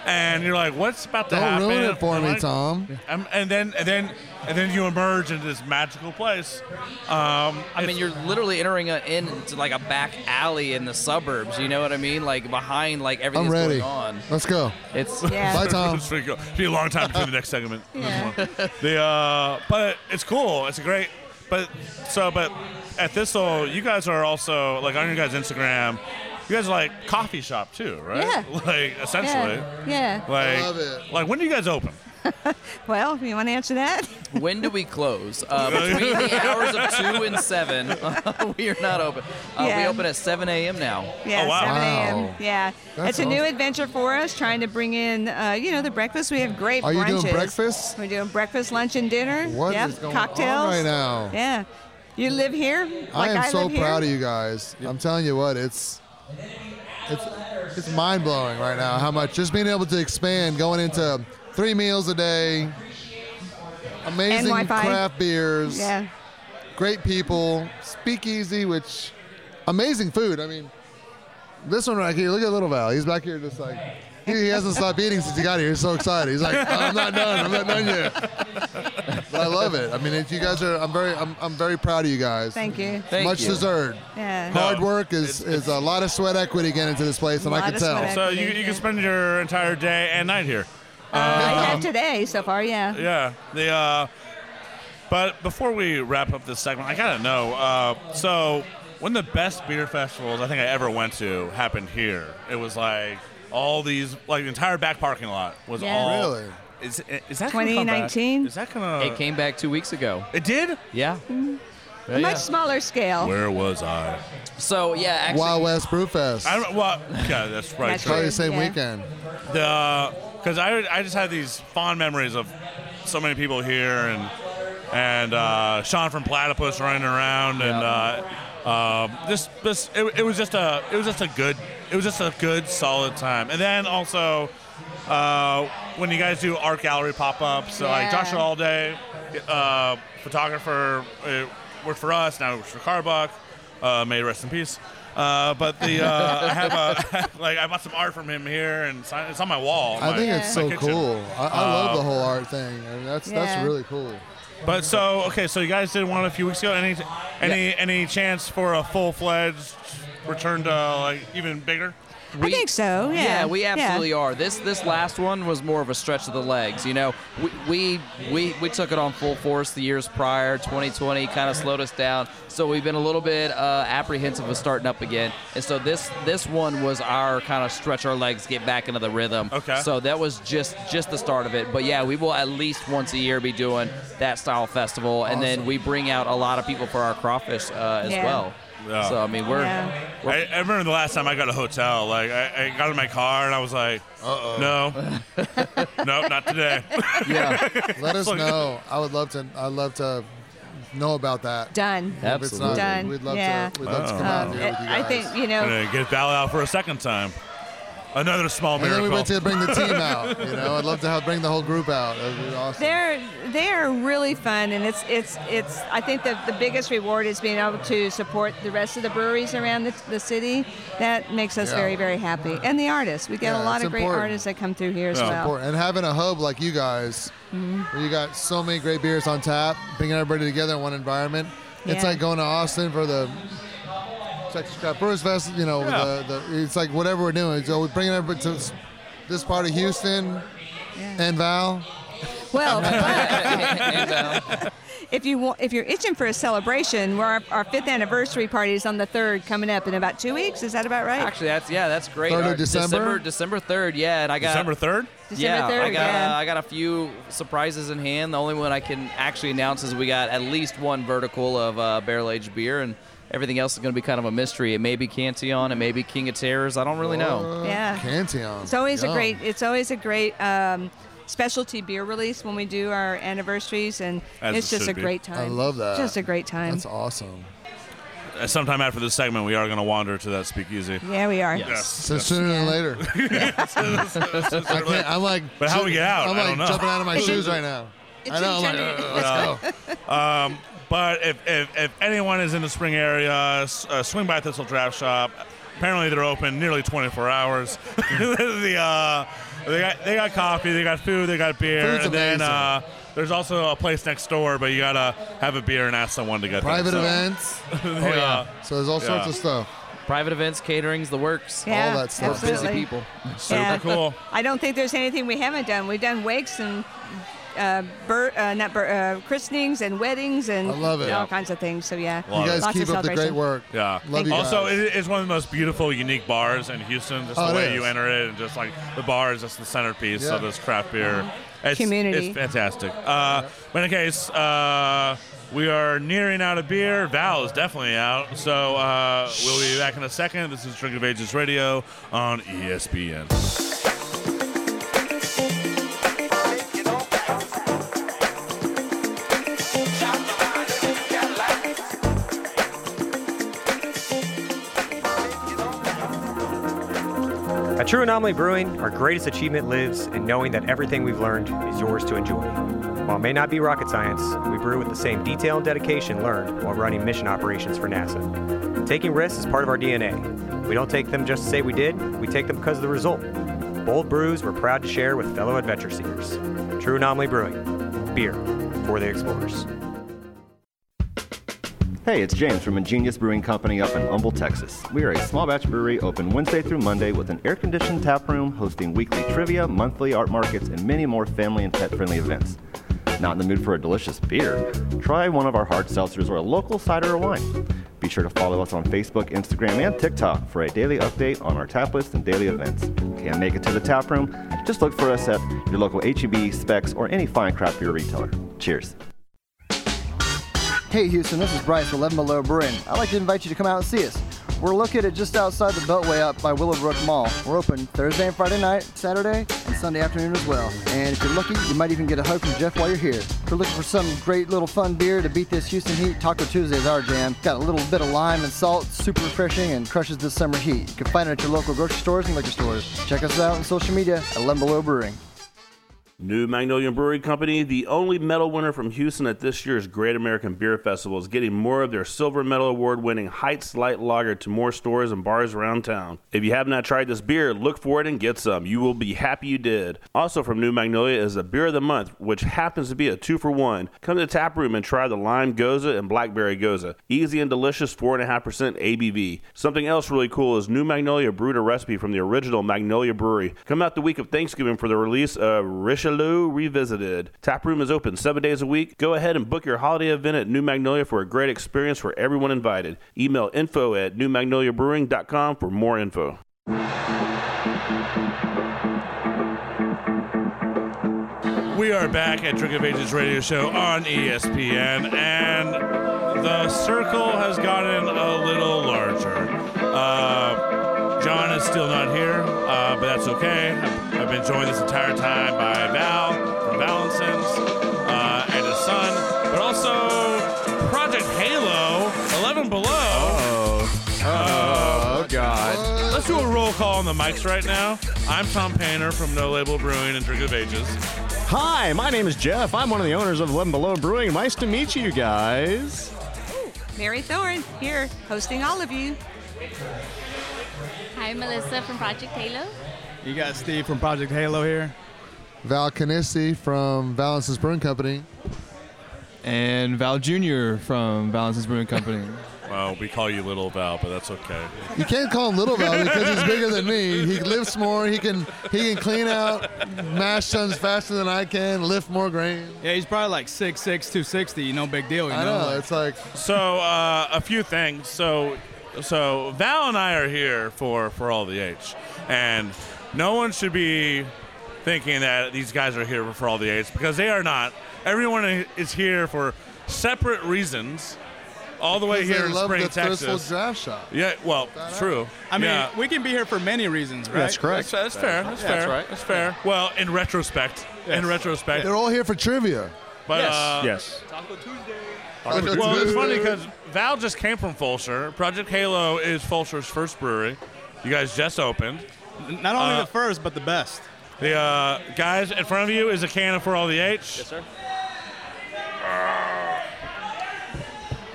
A: and you're like, what's about to
B: Don't
A: happen?
B: ruin it for
A: Am
B: me,
A: I-
B: Tom.
A: Um, and then and then and then you emerge into this magical place. Um,
J: I mean, you're literally entering a, into like a back alley in the suburbs. You know what I mean? Like behind like everything
B: I'm
J: that's
B: ready.
J: going on.
B: Let's go.
J: It's
B: Yeah. Bye, Tom.
A: It's pretty cool. Be a long time between the next segment.
I: Yeah.
A: the uh, but it's cool. It's a great. But so but at Thistle, you guys are also like on your guys' Instagram. You guys are like coffee shop too, right?
I: Yeah.
A: Like essentially.
I: Yeah.
A: Like like when do you guys open?
I: Well, you want to answer that?
J: When do we close? Uh, between the hours of two and seven, we are not open. Uh, We
I: Yeah.
J: open at seven a.m. now.
A: Oh,
I: Yeah, 7 a.m. Yeah,
J: That's
I: it's a new
J: awesome.
I: adventure for us, trying to bring in, uh, you know, the breakfast. We have great
B: Are you doing
I: brunches.
B: breakfast?
I: We're doing breakfast, lunch, and dinner.
B: What
I: yep.
B: is going on
I: Cocktails
B: right now?
I: Yeah, you live here.
B: I
I: like
B: am
I: I
B: so
I: live here?
B: proud of you guys. I'm telling you what, it's it's it's mind blowing right now how much just being able to expand, going into three meals a day, amazing
I: Wi-Fi.
B: craft beers,
I: Yeah.
B: great people, speakeasy, which amazing food. I mean, this one right here. Look at Little Val. He's back here just like. He he hasn't stopped eating since he got here. He's so excited. He's like, I'm not done. I'm not done yet. But I love it. I mean, if you guys are, I'm very, I'm, I'm very proud of you guys.
I: Thank you.
B: Much deserved.
I: Yeah.
B: Hard work is, is a lot of sweat equity getting into this place, and I can tell.
A: So you, you can spend your entire day and night here.
I: Uh, I
A: Um,
I: have today so far. Yeah.
A: Yeah. The uh, but before we wrap up this segment, I gotta know. Uh, so one of the best beer festivals I think I ever went to happened here. It was like all these, like the entire back parking lot was
I: Yeah.
A: all.
I: Really?
A: Is, is that gonna come back?
I: 2019.
A: Is that gonna?
J: It came back two weeks ago.
A: It did?
J: Yeah.
I: A much smaller scale.
A: Where was I?
J: So yeah, actually,
B: Wild West Brewfest.
A: I don't, well, yeah, that's right.
B: That's Probably
A: true.
B: the same Yeah. weekend.
A: The because I I just had these fond memories of so many people here and and uh, Sean from Platypus running around and uh, uh, this this it, it was just a it was just a good it was just a good solid time and then also. Uh, when you guys do art gallery pop-ups, so
H: Yeah.
A: like Joshua Alday, uh, photographer, uh, worked for us, now works for Carbuck, uh, may he rest in peace. Uh, but the uh, I have a like I bought some art from him here, and it's on, it's on my wall. in
B: I
A: my-
B: think it's
A: my
B: so
A: kitchen.
B: cool. I, I
A: Uh,
B: love the whole art thing. I mean, that's
A: Yeah.
B: that's really cool.
A: But so okay, so you guys did one a few weeks ago. Any any any chance for a full fledged return to like even bigger?
I: I think so. Yeah.
J: we absolutely are. This this last one was more of a stretch of the legs. You know, we we we, we took it on full force the years prior. 2020 kind of slowed us down, so we've been a little bit uh, apprehensive of starting up again. And so this this one was our kind of stretch our legs, get back into the rhythm.
A: Okay.
J: So that was just just the start of it. But yeah, we will at least once a year be doing that style festival, and then
A: Awesome.
J: we bring out a lot of people for our crawfish uh, as
A: Yeah.
J: well.
A: Yeah.
J: So I mean, we're.
A: I, I remember the last time I got a hotel. Like I, I got in my car and I was like, Uh-oh. no, no, not today.
B: Yeah. Let us
A: Like-
B: know. I would love to. I'd love to know about that.
I: Done.
B: If it's not,
I: Done.
B: We'd love
I: yeah. Um,
B: to. We'd love to come out here with you
I: I
B: guys.
I: think you know.
A: And then get Val out for a second time. Another small
B: And
A: miracle.
B: then we went to bring the team out. You know, I'd love to have bring the whole group out. That'd be awesome.
I: They're they are really fun, and it's it's it's. I think that the biggest reward is being able to support the rest of the breweries around the, the city. That makes us
B: Yeah.
I: very very happy, and the artists. We get
B: Yeah,
I: a lot
B: it's
I: of great
B: important.
I: artists that come through here as
B: It's
I: well. Mm-hmm.
B: important. And having a hub like you guys, where you got so many great beers on tap, bringing everybody together in one environment. It's
I: Yeah.
B: like going to Austin for the Texas Craft Brewers Fest. You know,
I: Yeah.
B: the, the, it's like whatever we're doing. So we're bringing everybody to s- this part of Houston and Val.
I: Well, if you want, if you're itching for a celebration, we're our, our fifth anniversary party is on the third coming up in about two weeks. Is that about right?
J: Actually, that's yeah, that's great.
I: Third of
J: Our
I: December?
J: December third. Yeah, and I got
A: December third.
J: Yeah,
I: December
J: I
I: 3rd,
J: got
I: yeah.
J: Uh, I got a few surprises in hand. The only one I can actually announce is we got at least one vertical of uh, barrel aged beer, and everything else is going to be kind of a mystery. It may be Cantillon, it may be King of Terrors. I don't really know.
I: Yeah.
B: Pantheon.
I: It's always a great. It's always a great um, specialty beer release when we do our anniversaries, and
A: As
I: it's
A: it
I: just
A: should
I: a
A: be.
I: great time.
A: I love that.
I: Just a great time. That's
B: awesome.
A: Uh, Sometime after this segment, we are going to wander to that speakeasy.
I: Yeah, we are.
A: Yes.
B: So sooner than later. I can't, I'm like.
A: But how we get out?
B: I'm
A: I
B: like
A: don't know.
B: jumping out of my shoes right now. I know. I'm like, "Ugh, let's go.
A: go. um, but if, if, if anyone is in the spring area, s- uh, swing by Thistle Draft Shop. Apparently, they're open nearly 24 hours.
B: Mm-hmm.
A: the, uh, they, got, they got coffee, they got food, they got beer.
B: Food's
A: and then
B: amazing.
A: uh, there's also a place next door, but you got to have a beer and ask someone to get there,
B: Private
A: so.
B: events.
A: Yeah.
B: Oh, yeah. So there's all sorts
A: Yeah.
B: of stuff.
J: Private events, catering's, the works.
I: Yeah,
J: We're
I: absolutely.
J: busy people.
A: Super cool.
I: I don't think there's anything we haven't done. We've done wakes and uh, bur- uh, not bur- uh, christenings and weddings and
A: I love it.
I: all
A: Yeah.
I: kinds of things. So yeah,
A: Love it.
I: lots of celebration.
A: Yeah.
I: Love you
A: also,
I: guys.
A: it is one of the most beautiful, unique bars in Houston. Just
B: Oh, it
A: the way you
B: is.
A: enter it, and just like the bar is just the centerpiece
B: Yeah.
A: of this craft
I: Uh-huh.
A: beer it's,
B: Community.
A: It's fantastic. Uh, but in any case, uh, we are nearing out of beer. Val is definitely out. So uh, we'll be back in a second. This is Drink of Ages Radio on E ESPN.
K: At True Anomaly Brewing, our greatest achievement lives in knowing that everything we've learned is yours to enjoy. While it may not be rocket science, we brew with the same detail and dedication learned while running mission operations for NASA. Taking risks is part of our DNA. We don't take them just to say we did, we take them because of the result. Bold brews we're proud to share with fellow adventure seekers. True Anomaly Brewing, beer for the explorers.
L: Hey, it's James from Ingenious Brewing Company up in Humble, Texas. We are a small batch brewery open Wednesday through Monday with an air conditioned tap room hosting weekly trivia, monthly art markets, and many more family and pet friendly events. Not in the mood for a delicious beer? Try one of our hard seltzers or a local cider or wine. Be sure to follow us on Facebook, Instagram, and TikTok for a daily update on our tap list and daily events. Can't make it to the tap room? Just look for us at your local HEB, Specs, or any fine craft beer retailer. Cheers.
M: Hey Houston, this is Bryce with 11 Below Brewing. I'd like to invite you to come out and see us. We're located just outside the Beltway up by Willowbrook Mall. We're open Thursday and Friday night, Saturday, and Sunday afternoon as well. And if you're lucky, you might even get a hug from Jeff while you're here. If you're looking for some great little fun beer to beat this Houston heat, Taco Tuesday is our jam. Got a little bit of lime and salt, super refreshing, and crushes the summer heat. You can find it at your local grocery stores and liquor stores. Check us out on social media at 11 Below Brewing.
G: New Magnolia Brewery Company, the only medal winner from Houston at this year's Great American Beer Festival, is getting more of their silver medal award winning Heights Light Lager to more stores and bars around town. If you have not tried this beer, look for it and get some. You will be happy you did. Also from New Magnolia is the Beer of the Month, which happens to be a two for one. Come to the tap room and try the Lime Goza and Blackberry Goza. Easy and delicious 4.5% ABV. Something else really cool is New Magnolia brewed a recipe from the original Magnolia Brewery. Come out the week of Thanksgiving for the release of Richelieu Revisited. Tap room is open seven days a week. Go ahead and book your holiday event at New Magnolia for a great experience for everyone invited. Email info at newmagnoliabrewing.com for more info.
A: We are back at Drink of Ages Radio Show on E ESPN, and the circle has gotten a little larger. Uh, John is still not here, uh, but that's okay. I've- I've been joined this entire time by Val from Valensons uh, and his son, but also Uh, Let's do a roll call on the mics right now. I'm Tom Painter from No Label Brewing and Drink of Ages.
N: Hi, my name is Jeff. I'm one of the owners of 11 Below Brewing. Nice to meet you guys.
I: Mary Thorne here, hosting all of you.
O: Hi, Melissa from Project Halo.
C: You got Steve from Project Halo here.
B: Val Canissi from Valence's Brewing Company.
C: And Val Jr. from Valence's Brewing Company.
A: Well, we call you Little Val, but that's okay.
B: You can't call him Little Val because he's bigger than me. He lifts more. He can he can clean out mash tons faster than I can. Lift more grain.
C: yeah, he's probably like 6'6", 260. No big deal. You
B: I
C: know,
B: know, it's like
A: So uh, a few things. So so Val and I are here for for all the H, and no one should be thinking that these guys are here for all the H because they are not. Everyone i- is here for separate reasons. All the way
B: Because they
A: here in
B: love
A: Spring,
B: the
A: Texas.
B: Thirstful Draft Shop.
A: Yeah, well, true.
C: I mean,
A: Yeah.
C: we can be here for many reasons, right?
A: That's correct. That's- that's fair, that's fair, that's fair. Well, in retrospect, in retrospect,
B: They're all here for trivia.
A: But uh,
B: Yes.
A: Taco Tuesday.
B: Taco Tuesday.
A: Well, it's funny because Val just came from Fulcher. Project Halo is Fulcher's first brewery. You guys just opened.
C: Not only
A: Uh,
C: the first, but the best.
A: the uh, guys in front of you is a can of for all the H. Yes,
C: sir.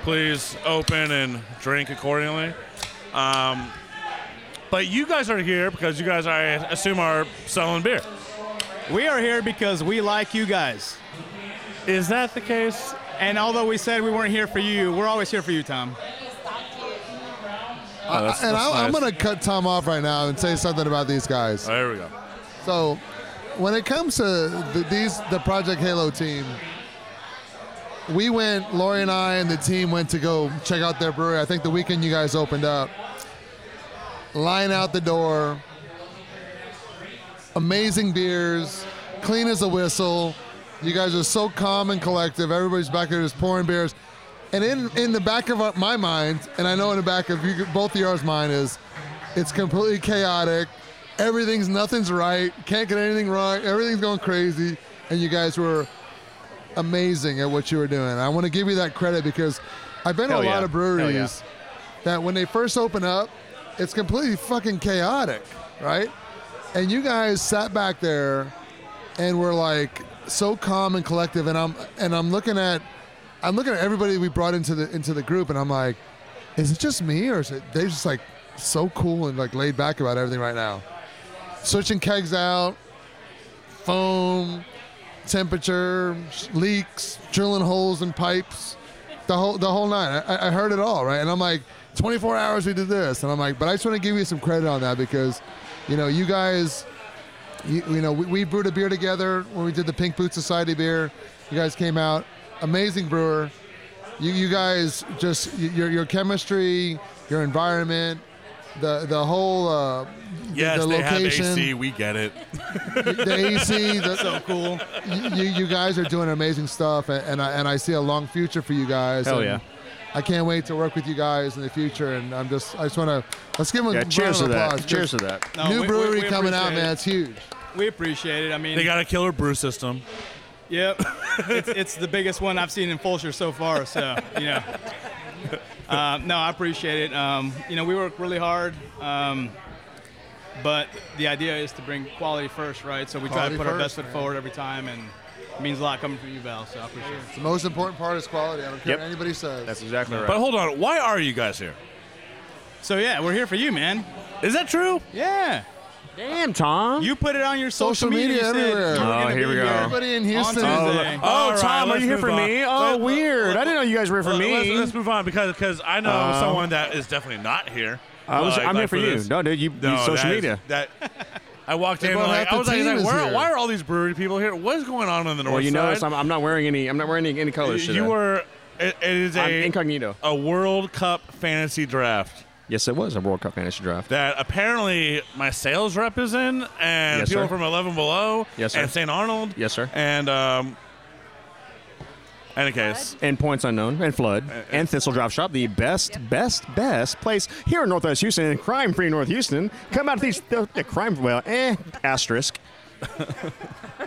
A: Please open and drink accordingly. Um, but you guys are here because you guys, I assume, are selling beer.
C: We are here because we like you guys.
A: Is that the case?
C: And although we said we weren't here for you, we're always here for you, Tom.
B: I- and I, I'm going to cut Tom off right now and say something about these guys.
A: There we go.
B: So, when it comes to the, these, the Project Halo team, we went. Lori and I and the team went to go check out their brewery. I think the weekend you guys opened up. Line out the door. Amazing beers, clean as a whistle. You guys are so calm and collective. Everybody's back there just pouring beers. And in, in the back of our- my mind, and I know in the back of you, both of yours' mind is, it's completely chaotic. Everything's nothing's right. Can't get anything wrong. Everything's going crazy. And you guys were amazing at what you were doing. I want to give you that credit because I've been to a
N: Hell yeah.
B: lot of
N: Hell
B: breweries
N: yeah.
B: that when they first open up, it's completely fucking chaotic, right? And you guys sat back there and were like so calm and collective and I'm and I'm looking at I'm looking at everybody we brought into the into the group and I'm like, is it just me or is it they just like so cool and like laid back about everything right now? Switching kegs out, foam, temperature, sh- leaks, drilling holes in pipes, the whole the whole nine. I- I, I heard it all, right? And I'm like, 24 hours we did this, and I'm like, but I just want to give you some credit on that because, you know, you guys, you, you know, we, we brewed a beer together when we did the Pink Boot Society beer. You guys came out, amazing brewer. You you guys just y- your your chemistry, your environment, the the whole. Uh,
A: Yes,
B: the
A: they
B: location
A: have AC. We get it.
B: the AC, the,
C: so cool.
B: You, you guys are doing amazing stuff, and, and I and I see a long future for you guys.
N: Hell
B: and
N: yeah.
B: I can't wait to work with you guys in the future, and I'm just I just want to let's give them
N: Yeah,
B: a round
N: cheers
B: of
N: to that.
B: applause. 'cause
N: Cheers to that.
C: No,
B: new
C: we- we-
B: brewery
C: we
B: coming out,
C: appreciate
B: man.
C: it.
B: It's huge.
C: We appreciate it. I mean,
A: They got a killer brew system.
C: Yep, it's, it's the biggest one I've seen in Fulcher so far. So you know, uh, no, I appreciate it. Um, you know, we work really hard, um, but the idea is to bring quality first, right? So we try
B: Quality
C: to put our
B: first,
C: best foot
B: man.
C: forward every time, and it means a lot coming from you, Val. So I appreciate
B: The most important part is quality. I don't care
C: Yep.
B: what anybody says.
C: That's exactly
A: But hold on, why are you guys here?
C: it. So yeah, we're here for you, man.
A: Is that true?
C: Yeah.
N: Damn, Tom.
C: You put it on your social, media, you said you were gonna be
B: Everybody in
C: on
B: Houston.
C: Tuesday.
N: Oh, Tom, are you here for me? Oh, weird. I didn't know you guys were here for
A: Well, Let's,
N: me.
A: let's move on because because I know
N: Uh,
A: someone that is definitely not here.
N: I was- I'm here for you.
A: this.
N: No, dude, you- you social
A: that is-
N: media.
A: that I walked
N: They
A: in
N: brought half
A: like I
N: the
A: was like,
N: team
A: like,
N: is
A: where,
N: here.
A: why are all these brewery people here? What is going on on the north
N: Well, you
A: side?
N: notice I'm, I'm not wearing any. I'm not wearing any, any colors.
A: You-
N: today.
A: you were. It, it is
N: I'm
A: a
N: incognito.
A: A World Cup fantasy draft
N: Yes, it was a World Cup fantasy draft.
A: that apparently my sales rep is in, and
N: Yes,
A: people
N: sir.
A: from Eleven Below,
N: Yes, sir.
A: and St. Arnold,
N: Yes, sir.
A: and um, any case,
N: and points unknown, and flood, and Thistle Drop Shop, the best, best, best place here in Northwest Houston, in crime-free North Houston. Come out to these the, the crime. Well, eh, asterisk.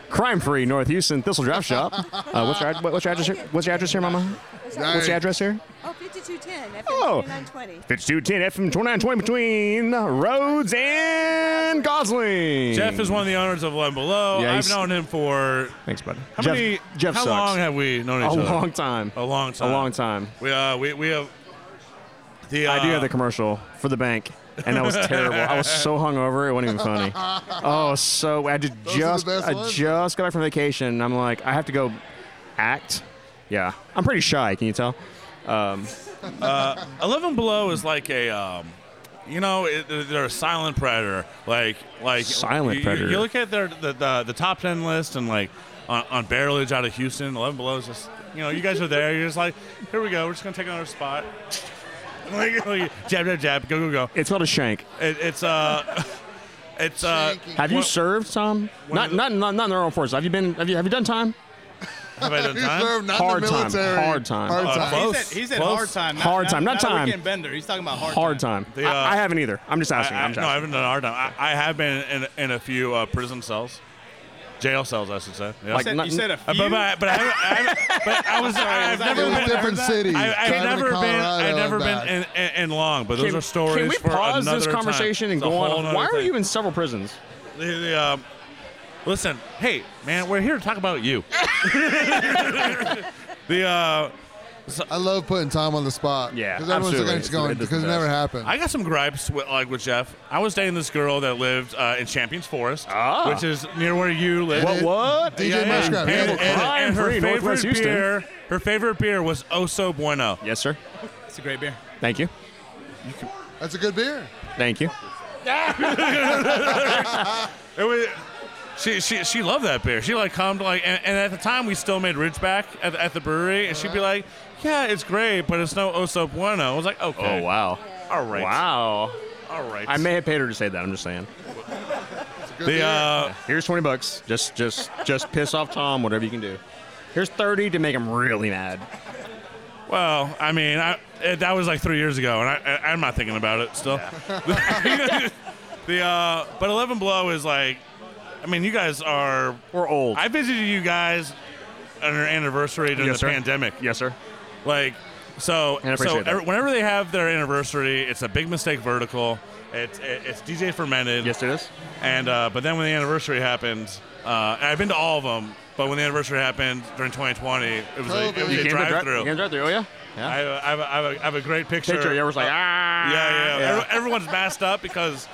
N: crime-free North Houston Thistle Drop Shop. Uh, what's your ad- what- what's your address? Here? What's your address here, Mama? What's your address here?
I: Oh, 50 5210 FM
N: Oh.
I: 2920.
N: It's 210 FM 2920 between Rhodes and Gosling.
A: Jeff is one of the owners of Len Below.
N: Yeah,
A: I've
N: he's-
A: known him for.
N: Thanks, buddy.
A: How
N: Jeff-
A: many?
N: Jeff
A: how
N: sucks.
A: long have we known each
N: A
A: other?
N: long time.
A: A long time.
N: A long time.
A: We uh, we we have. The, uh,
N: I do have the commercial for the bank, and that was terrible. I was so hungover, it wasn't even funny. Oh, so I did
H: are the
N: just
H: best
N: I
H: ones.
N: just got back from vacation, and I'm like, I have to go act. Yeah, I'm pretty shy. Can you tell? Um,
A: uh, Eleven Below is like a, um, you know, it, they're- they're a silent predator. Like like
N: Silent
A: you- you,
N: predator.
A: You look at their the, the, the top ten list and like on, on barrelage out of Houston, Eleven Below is just you know you guys are there. You're just like here we go. We're just gonna take another spot. Like, like, jab jab jab go go go.
N: it's called a shank.
A: It, it's uh, it's uh.
N: Have you
A: what-
N: served Tom? Not, not not not in their own force. Have you been? Have you have you done time?
A: Have I done
N: You
A: time?
N: served, not in the Hard time, military. Uh, hard time. Hard time.
C: He
N: Close,
C: said, he said
N: close.
C: hard time. Not,
N: Hard time, not
C: a
N: time.
C: Weekend bender. He's talking about hard,
N: Hard time.
A: The, uh,
N: I, I haven't either. I'm just asking.
A: I, I,
N: am just
A: no, I haven't done hard time. I, I have been in, in a few uh, prison cells, jail cells, I should say. Yeah.
N: Like You said- not- you said a
A: Uh, But, but, but I, haven't- I, haven't- but I was.
N: Sorry,
A: I've
N: was that
A: never
N: in a
A: been
N: different city,
A: I,
N: driving
A: have
N: to
A: never been. I've
N: Colorado
A: never
N: and
A: been in, in, in long. But those
N: Can-
A: are stories
N: Can we
A: for
N: pause
A: another
N: this
A: time.
N: conversation and
A: It's a
N: go
A: whole
N: on?
A: nother
N: Why are
A: thing.
N: you in several prisons?
A: The, the, um, listen, hey man, we're here to talk about you. the. Uh,
B: I love putting Tom on the spot.
A: Yeah,
B: because everyone's looking at you going because it never happened.
A: I got some gripes with, like with Jeff. I was dating this girl that lived uh, in Champions Forest,
N: Ah.
A: which is near where you live.
N: What, what? DJ
A: Yeah, yeah.
N: Mushroom.
A: And,
N: Handle
A: and- and
N: crime
A: her
N: free,
A: favorite
N: Northwest Houston.
A: beer, her favorite beer was Oso Bueno.
N: Yes, sir.
C: It's a great beer.
N: Thank you.
B: That's a good beer.
N: Thank you.
A: It was- she, she she loved that beer. She like come to like and, and at the time we still made Ridgeback at, the- at the brewery, and she'd
C: Uh-huh.
A: be like, "Yeah, it's great, but it's no Oso Bueno." I was like, "Okay."
N: Oh wow.
A: All right.
N: Wow.
A: All right.
N: I may have paid her to say that. I'm just saying.
A: The uh,
N: Here's 20 bucks. Just just just piss off Tom. Whatever you can do. Here's 30 to make him really mad.
A: Well, I mean, I, it, that was like three years ago, and I, I, I'm not thinking about it still. the uh, but Eleven Below is like, I mean, you guys are
N: we're old.
A: I visited you guys on your anniversary during
N: Yes,
A: the
N: sir.
A: pandemic.
N: Yes, sir.
A: Like, so
N: And I
A: so
N: appreciate that.
A: every- whenever they have their anniversary, it's a big mistake vertical. It's it, it's DJ fermented. Yes,
N: it is.
A: And uh, but then when the anniversary happened, uh, and I've been to all of them. But when the anniversary happened during 2020, it was a, it
N: uh, You came
A: was a
N: to dri-
A: drive-through.
N: you came to drive-through, oh, yeah? Yeah.
A: I have a, I have a, I have a, I have a great picture.
N: Picture, yeah, it was like,
A: Uh,
N: "Ah."
A: Yeah, yeah.
N: Yeah.
A: Every- Everyone's masked up because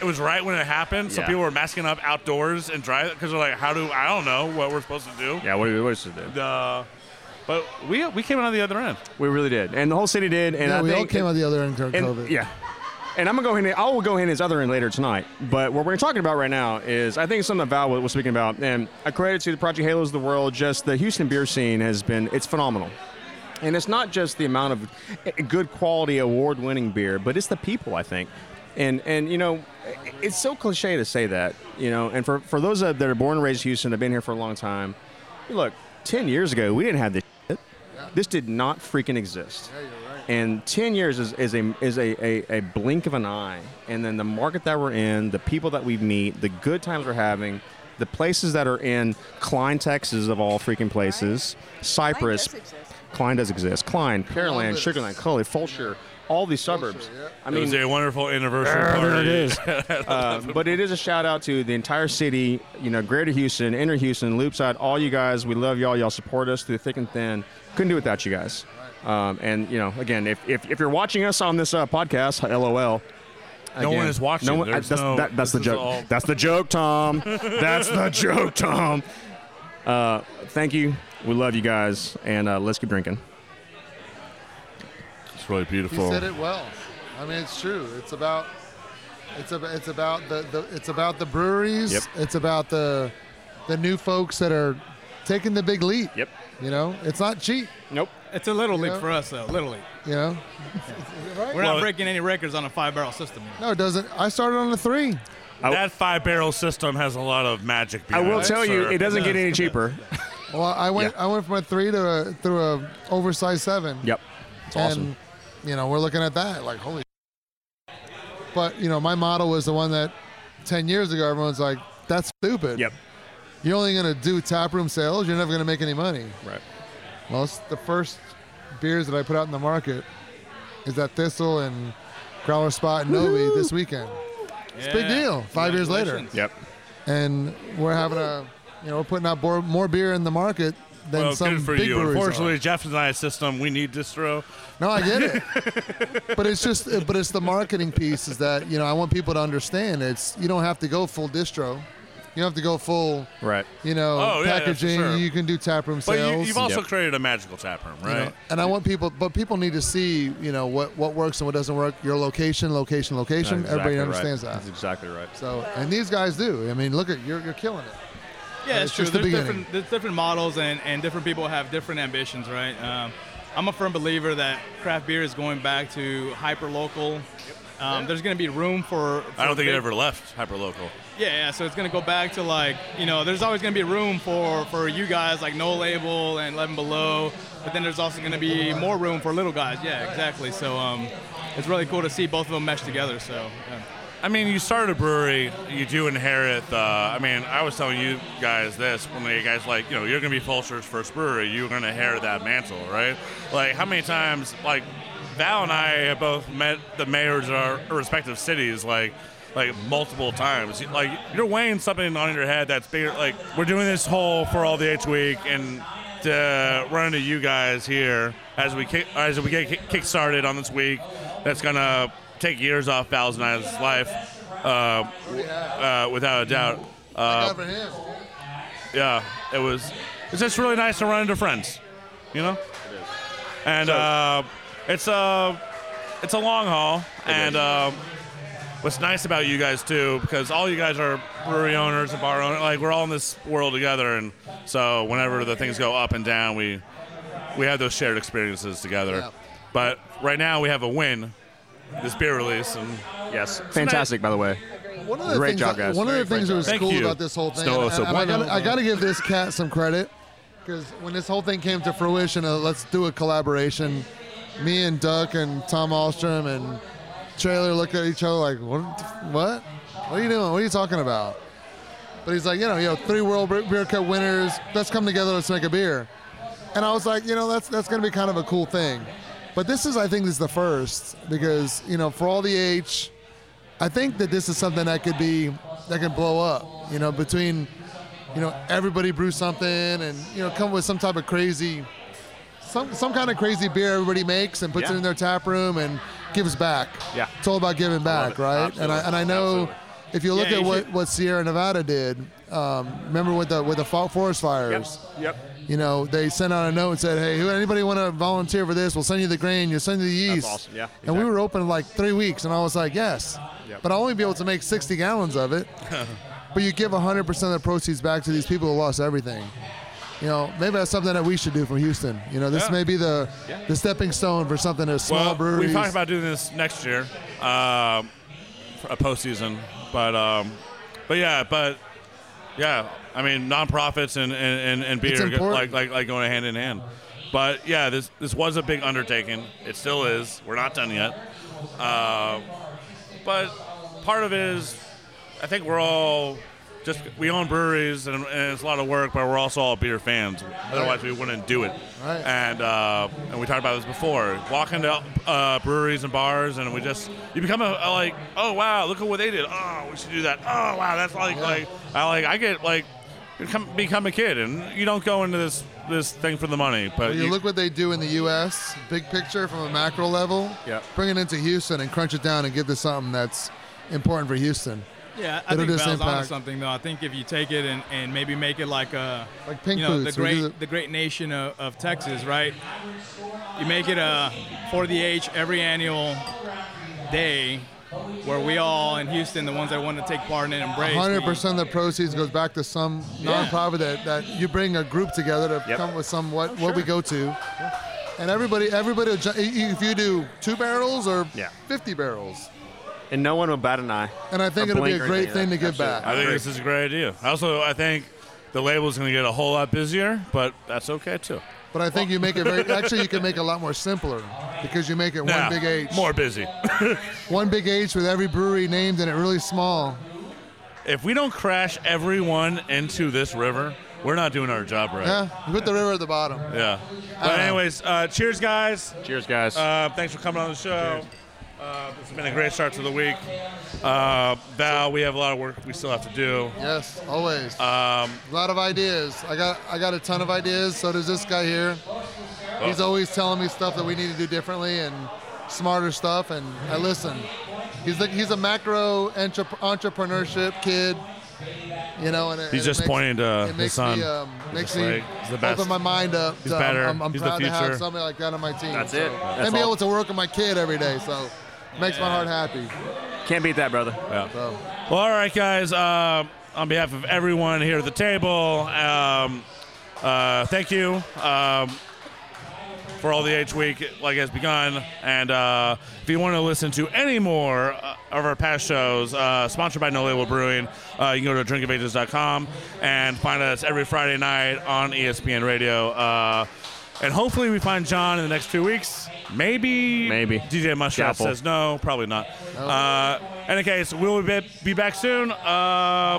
A: it was right when it happened. So
N: Yeah.
A: people were masking up outdoors and drive because they're like, how do I don't know what we're supposed to do.
N: Yeah. What are we supposed to do?
A: Uh, but we we came out the other end.
N: We really did, and the whole city did. And
B: yeah,
N: I
B: we all
N: think-
B: came out the other end during
N: and-
B: COVID.
N: Yeah. And I'm gonna go in. I will go in his other end later tonight. But what we're talking about right now is, I think, something that Val was speaking about, and a credit to the Project Halos of the world. Just the Houston beer scene has been, it's phenomenal, and it's not just the amount of i- good quality, award-winning beer, but it's the people. I think, and and you know, i- it's so cliche to say that, you know, and for for those that that are born and raised in Houston, have been here for a long time. Look, ten years ago, we didn't have this. Shit. This did not freaking exist. And 10 years is, is, a, is a, a, a blink of an eye. And then the market that we're in, the people that we meet, the good times we're having, the places that are in Klein, Texas, of all freaking places, Cypress, Klein does exist. Klein, Pearland,
A: Columbus.
N: Sugarland, Cully, Fulcher, all these suburbs. I
A: it was
N: mean,
A: a wonderful anniversary
N: Ah,
A: party.
N: there it is. Uh, but it is a shout out to the entire city, you know, Greater Houston, Inner Houston, Loopside, all you guys. We love y'all. Y'all support us through thick and thin. Couldn't do it without you guys. Um, and you know, again, if, if, if you're watching us on this uh, podcast, LOL.
A: No one is watching.
N: I-
A: There's
N: that's
A: no-
N: that- that's the
A: this is
N: joke.
A: all-
N: That's the joke, Tom. that's the joke, Tom. Uh, thank you. We love you guys, and uh, let's keep drinking.
A: It's really
B: He
A: beautiful.
B: said it well. I mean, it's true. It's about it's about it's about the, the it's about the breweries.
N: Yep.
B: It's about the the new folks that are taking the big leap.
N: Yep.
B: You know, it's not cheap.
N: Nope.
C: It's a little leap
B: Yeah.
C: for us, though. Little leap.
B: You know,
C: We're
A: Well,
C: not breaking any records on a five barrel system.
B: no, it doesn't. I started on a three.
A: that five barrel system has a lot of magic.
B: I
A: Behind
B: will
A: it,
B: tell you,
A: sir.
B: it doesn't get
N: Any cheaper?
B: Well, I went I went from a three to a, through a oversized seven.
N: Yep. It's awesome.
B: And, you know, we're looking at that like holy. But you know, my model was the one that ten years ago everyone's like, "That's stupid." Yep. You're only going to do tap room sales. You're never going to make any money.
N: Right.
B: Well, it's the first beers that I put out in the market is that Thistle and Growler Spot and Novi this weekend. It's a big
A: Yeah.
B: deal. Five years later.
A: Congratulations.
N: Yep.
B: And we're having a, you know, we're putting out more, more beer in the market than
A: well,
B: some
A: good for
B: big
A: you.
B: breweries. are.
A: Unfortunately, Jeff and I system. We need distro.
B: No, I get it. but it's just, but it's the marketing piece is that, you know, I want people to understand it's, you don't have to go full distro. You don't have to go full,
N: Right.
B: you know,
A: Oh, yeah, yeah, for
B: packaging.
A: sure.
B: You can do taproom
A: But
B: sales.
A: you, you've also created a magical tap room,
B: you know,
A: right?
B: and I want people, but people need to see, you know, what, what works and what doesn't work. Your location, location, location.
N: That's
B: Everybody
N: exactly
B: understands
N: right.
B: that.
N: That's exactly right.
B: So, and these guys do. I mean, look at you're, you're killing it.
C: Yeah,
B: It's
C: it's, true.
B: just the
C: there's,
B: beginning.
C: different, there's different models, and, and different people have different ambitions, right? Um, I'm a firm believer that craft beer is going back to hyper local. Um, there's going to be room for.
A: I don't
C: for
A: think it
C: big-
A: ever left hyperlocal.
C: Yeah, yeah. So it's gonna go back to like you know, there's always gonna be room for for you guys like No Label and Eleven Below, but then there's also gonna be more room for little guys. Yeah, exactly. So um, it's really cool to see both of them mesh together. So. Yeah.
A: I mean, you start a brewery, you do inherit. Uh, I mean, I was telling you guys this when the guys like, you know, you're going to be Fulcher's first brewery. You're going to inherit that mantle, right? Like, how many times, like, Val and I have both met the mayors of our respective cities, like, like multiple times. Like, you're weighing something on your head that's bigger. Like, we're doing this whole for all the H week, and to run into you guys here as we kick, as we get kick started on this week. That's gonna take years off Val's and I's life, uh, uh, without a doubt. Uh,
B: for him.
A: yeah, it was. It's just really nice to run into friends, you know. It is. And uh, it's a it's a long haul, and um what's nice about you guys too, because all you guys are brewery owners and bar owners. Like we're all in this world together, and so whenever the things go up and down, we we have those shared experiences together.
N: Yeah.
A: But right now we have a win, this beer release, and
N: yes, Fantastic, by the way.
B: One of the
N: Great
B: things
N: job,
B: that-
N: guys.
B: One of the
N: Great, great
B: things that was
N: job. Thank
B: cool
N: you.
B: about this whole thing,
N: Snow
B: and,
N: so
B: and I,
N: bueno.
B: gotta, I gotta give this cat some credit because when this whole thing came to fruition, uh, let's do a collaboration. Me and Duck and Tom Alstrom and Trailer looked at each other like, "What? What? What are you doing? What are you talking about?" But he's like, you know, you know, three World Bre- Beer Cup winners. Let's come together. Let's make a beer. And I was like, you know, that's that's going to be kind of a cool thing. But this is, I think, this is the first because you know, for all the H, I think that this is something that could be that can blow up. You know, between you know everybody brew something and you know come with some type of crazy, some some kind of crazy beer everybody makes and puts
N: Yeah.
B: it in their tap room and gives back.
N: Yeah.
B: It's all about giving back, right? And I and I know if you look
N: Yeah,
B: at
N: you
B: what,
N: should-
B: what Sierra Nevada did, um, remember with the with the fo- forest fires.
N: Yep.
B: You know, they sent out a note and said, "Hey, who anybody want to volunteer for this? We'll send you the grain. You'll send you the yeast."
N: awesome. Yeah,
B: And we were open in like three weeks, and I was like, "Yes,"
N: Yep.
B: but I'll only be able to make 60 gallons of it. but you give 100 percent of the proceeds back to these people who lost everything. You know, maybe that's something that we should do from Houston. You know, this
A: Yeah.
B: may be the
A: Yeah.
B: the stepping stone for something as small
A: well,
B: breweries.
A: we talked about doing this next year, um, for a postseason, but um, but yeah, but yeah, I mean nonprofits and and, and, and
B: It's
A: beer go-
B: important.
A: like, like like going hand in hand. But yeah, this this was a big undertaking. It still is. We're not done yet. Uh, but part of it is, I think we're all just we own breweries and, and it's a lot of work, but we're also all beer fans. Otherwise, we wouldn't do it.
B: Right.
A: And uh, and we talked about this before. Walk into uh, breweries and bars, and we just you become a, a like, oh wow, look at what they did. Oh, we should do that. Oh wow, that's like like I like I get like become become a kid, and you don't go into this this thing for the money, but
B: Well, you, look what they do in the U.S. Big picture from a macro level.
A: Yeah.
B: Bring it into Houston and crunch it down and give this something that's important for Houston.
C: Yeah, I
B: It'll
C: think
B: just
C: Val's onto
B: impact.
C: something though. I think if you take it and, and maybe make it like a
B: Like Pink
C: you know,
B: Boots,
C: the
B: we do
C: great
B: the-
C: the great nation of, of Texas, right? You make it a for the H every annual day where we all in Houston, the ones that want to take part in it, embrace.
B: Hundred
C: we-
B: percent of the proceeds goes back to some
C: Yeah.
B: nonprofit that, that you bring a group together to
C: Yep.
B: come with some
N: Oh,
B: what what we go to, and everybody everybody will ju- if you do two barrels or
N: Yeah.
B: fifty barrels,
N: And no one will bat an eye.
B: And I think
N: Or
B: it'll be
N: blink
B: a
N: or
B: great
N: anything.
B: thing to give
N: Absolutely.
B: back.
A: I think this is a great idea. Also, I think the label's going to get a whole lot busier, but that's okay too.
B: but I think you make it very actually you can make it a lot more simpler because you make it
A: Nah,
B: one big H,
A: More busy.
B: one big H with every brewery named and it really small.
A: If we don't crash everyone into this river, We're not doing our job right.
B: Yeah, you put the river at the bottom.
A: Yeah. But anyways, uh, cheers, guys.
N: Cheers, guys.
A: Uh, thanks for coming on the show. Uh, it's been a great start to the week. Uh, Val, we have a lot of work we still have to do.
B: Yes, always.
A: Um,
B: A lot of ideas. I got I got a ton of ideas. So does this guy here. He's
A: Well-
B: always telling me stuff that we need to do differently and smarter stuff, and I listen. He's like he's a macro entre- entrepreneurship kid, you know. And it,
A: He's
B: and it
A: just
B: makes-
A: pointing to
B: it
A: his
B: makes
A: son.
B: Me, um,
A: He's
B: makes
A: just
B: me
A: like, he's the best.
B: open my mind up.
A: He's
B: so
A: better.
B: I'm, I'm
A: He's the
B: proud to have
A: future.
B: somebody like that on my team.
A: That's
B: so.
A: it. That's
B: and be
A: all.
B: able to work with my kid every day. So makes my heart happy.
N: Can't beat that, brother.
A: Yeah. Well, all right, guys. Um, on behalf of everyone here at the table, um, uh, thank you um, for all the H Week like has begun. And uh, if you want to listen to any more uh, of our past shows, uh, sponsored by No Label Brewing, uh, you can go to drinkofages.com and find us every Friday night on E ESPN Radio. Uh, and hopefully we find John in the next two weeks. Maybe. Maybe. DJ Mushroom
N: Scalpel.
A: says no. Probably not. Uh, in any case, we'll be be back soon. Uh,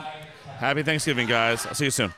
A: happy Thanksgiving, guys. I'll see you soon.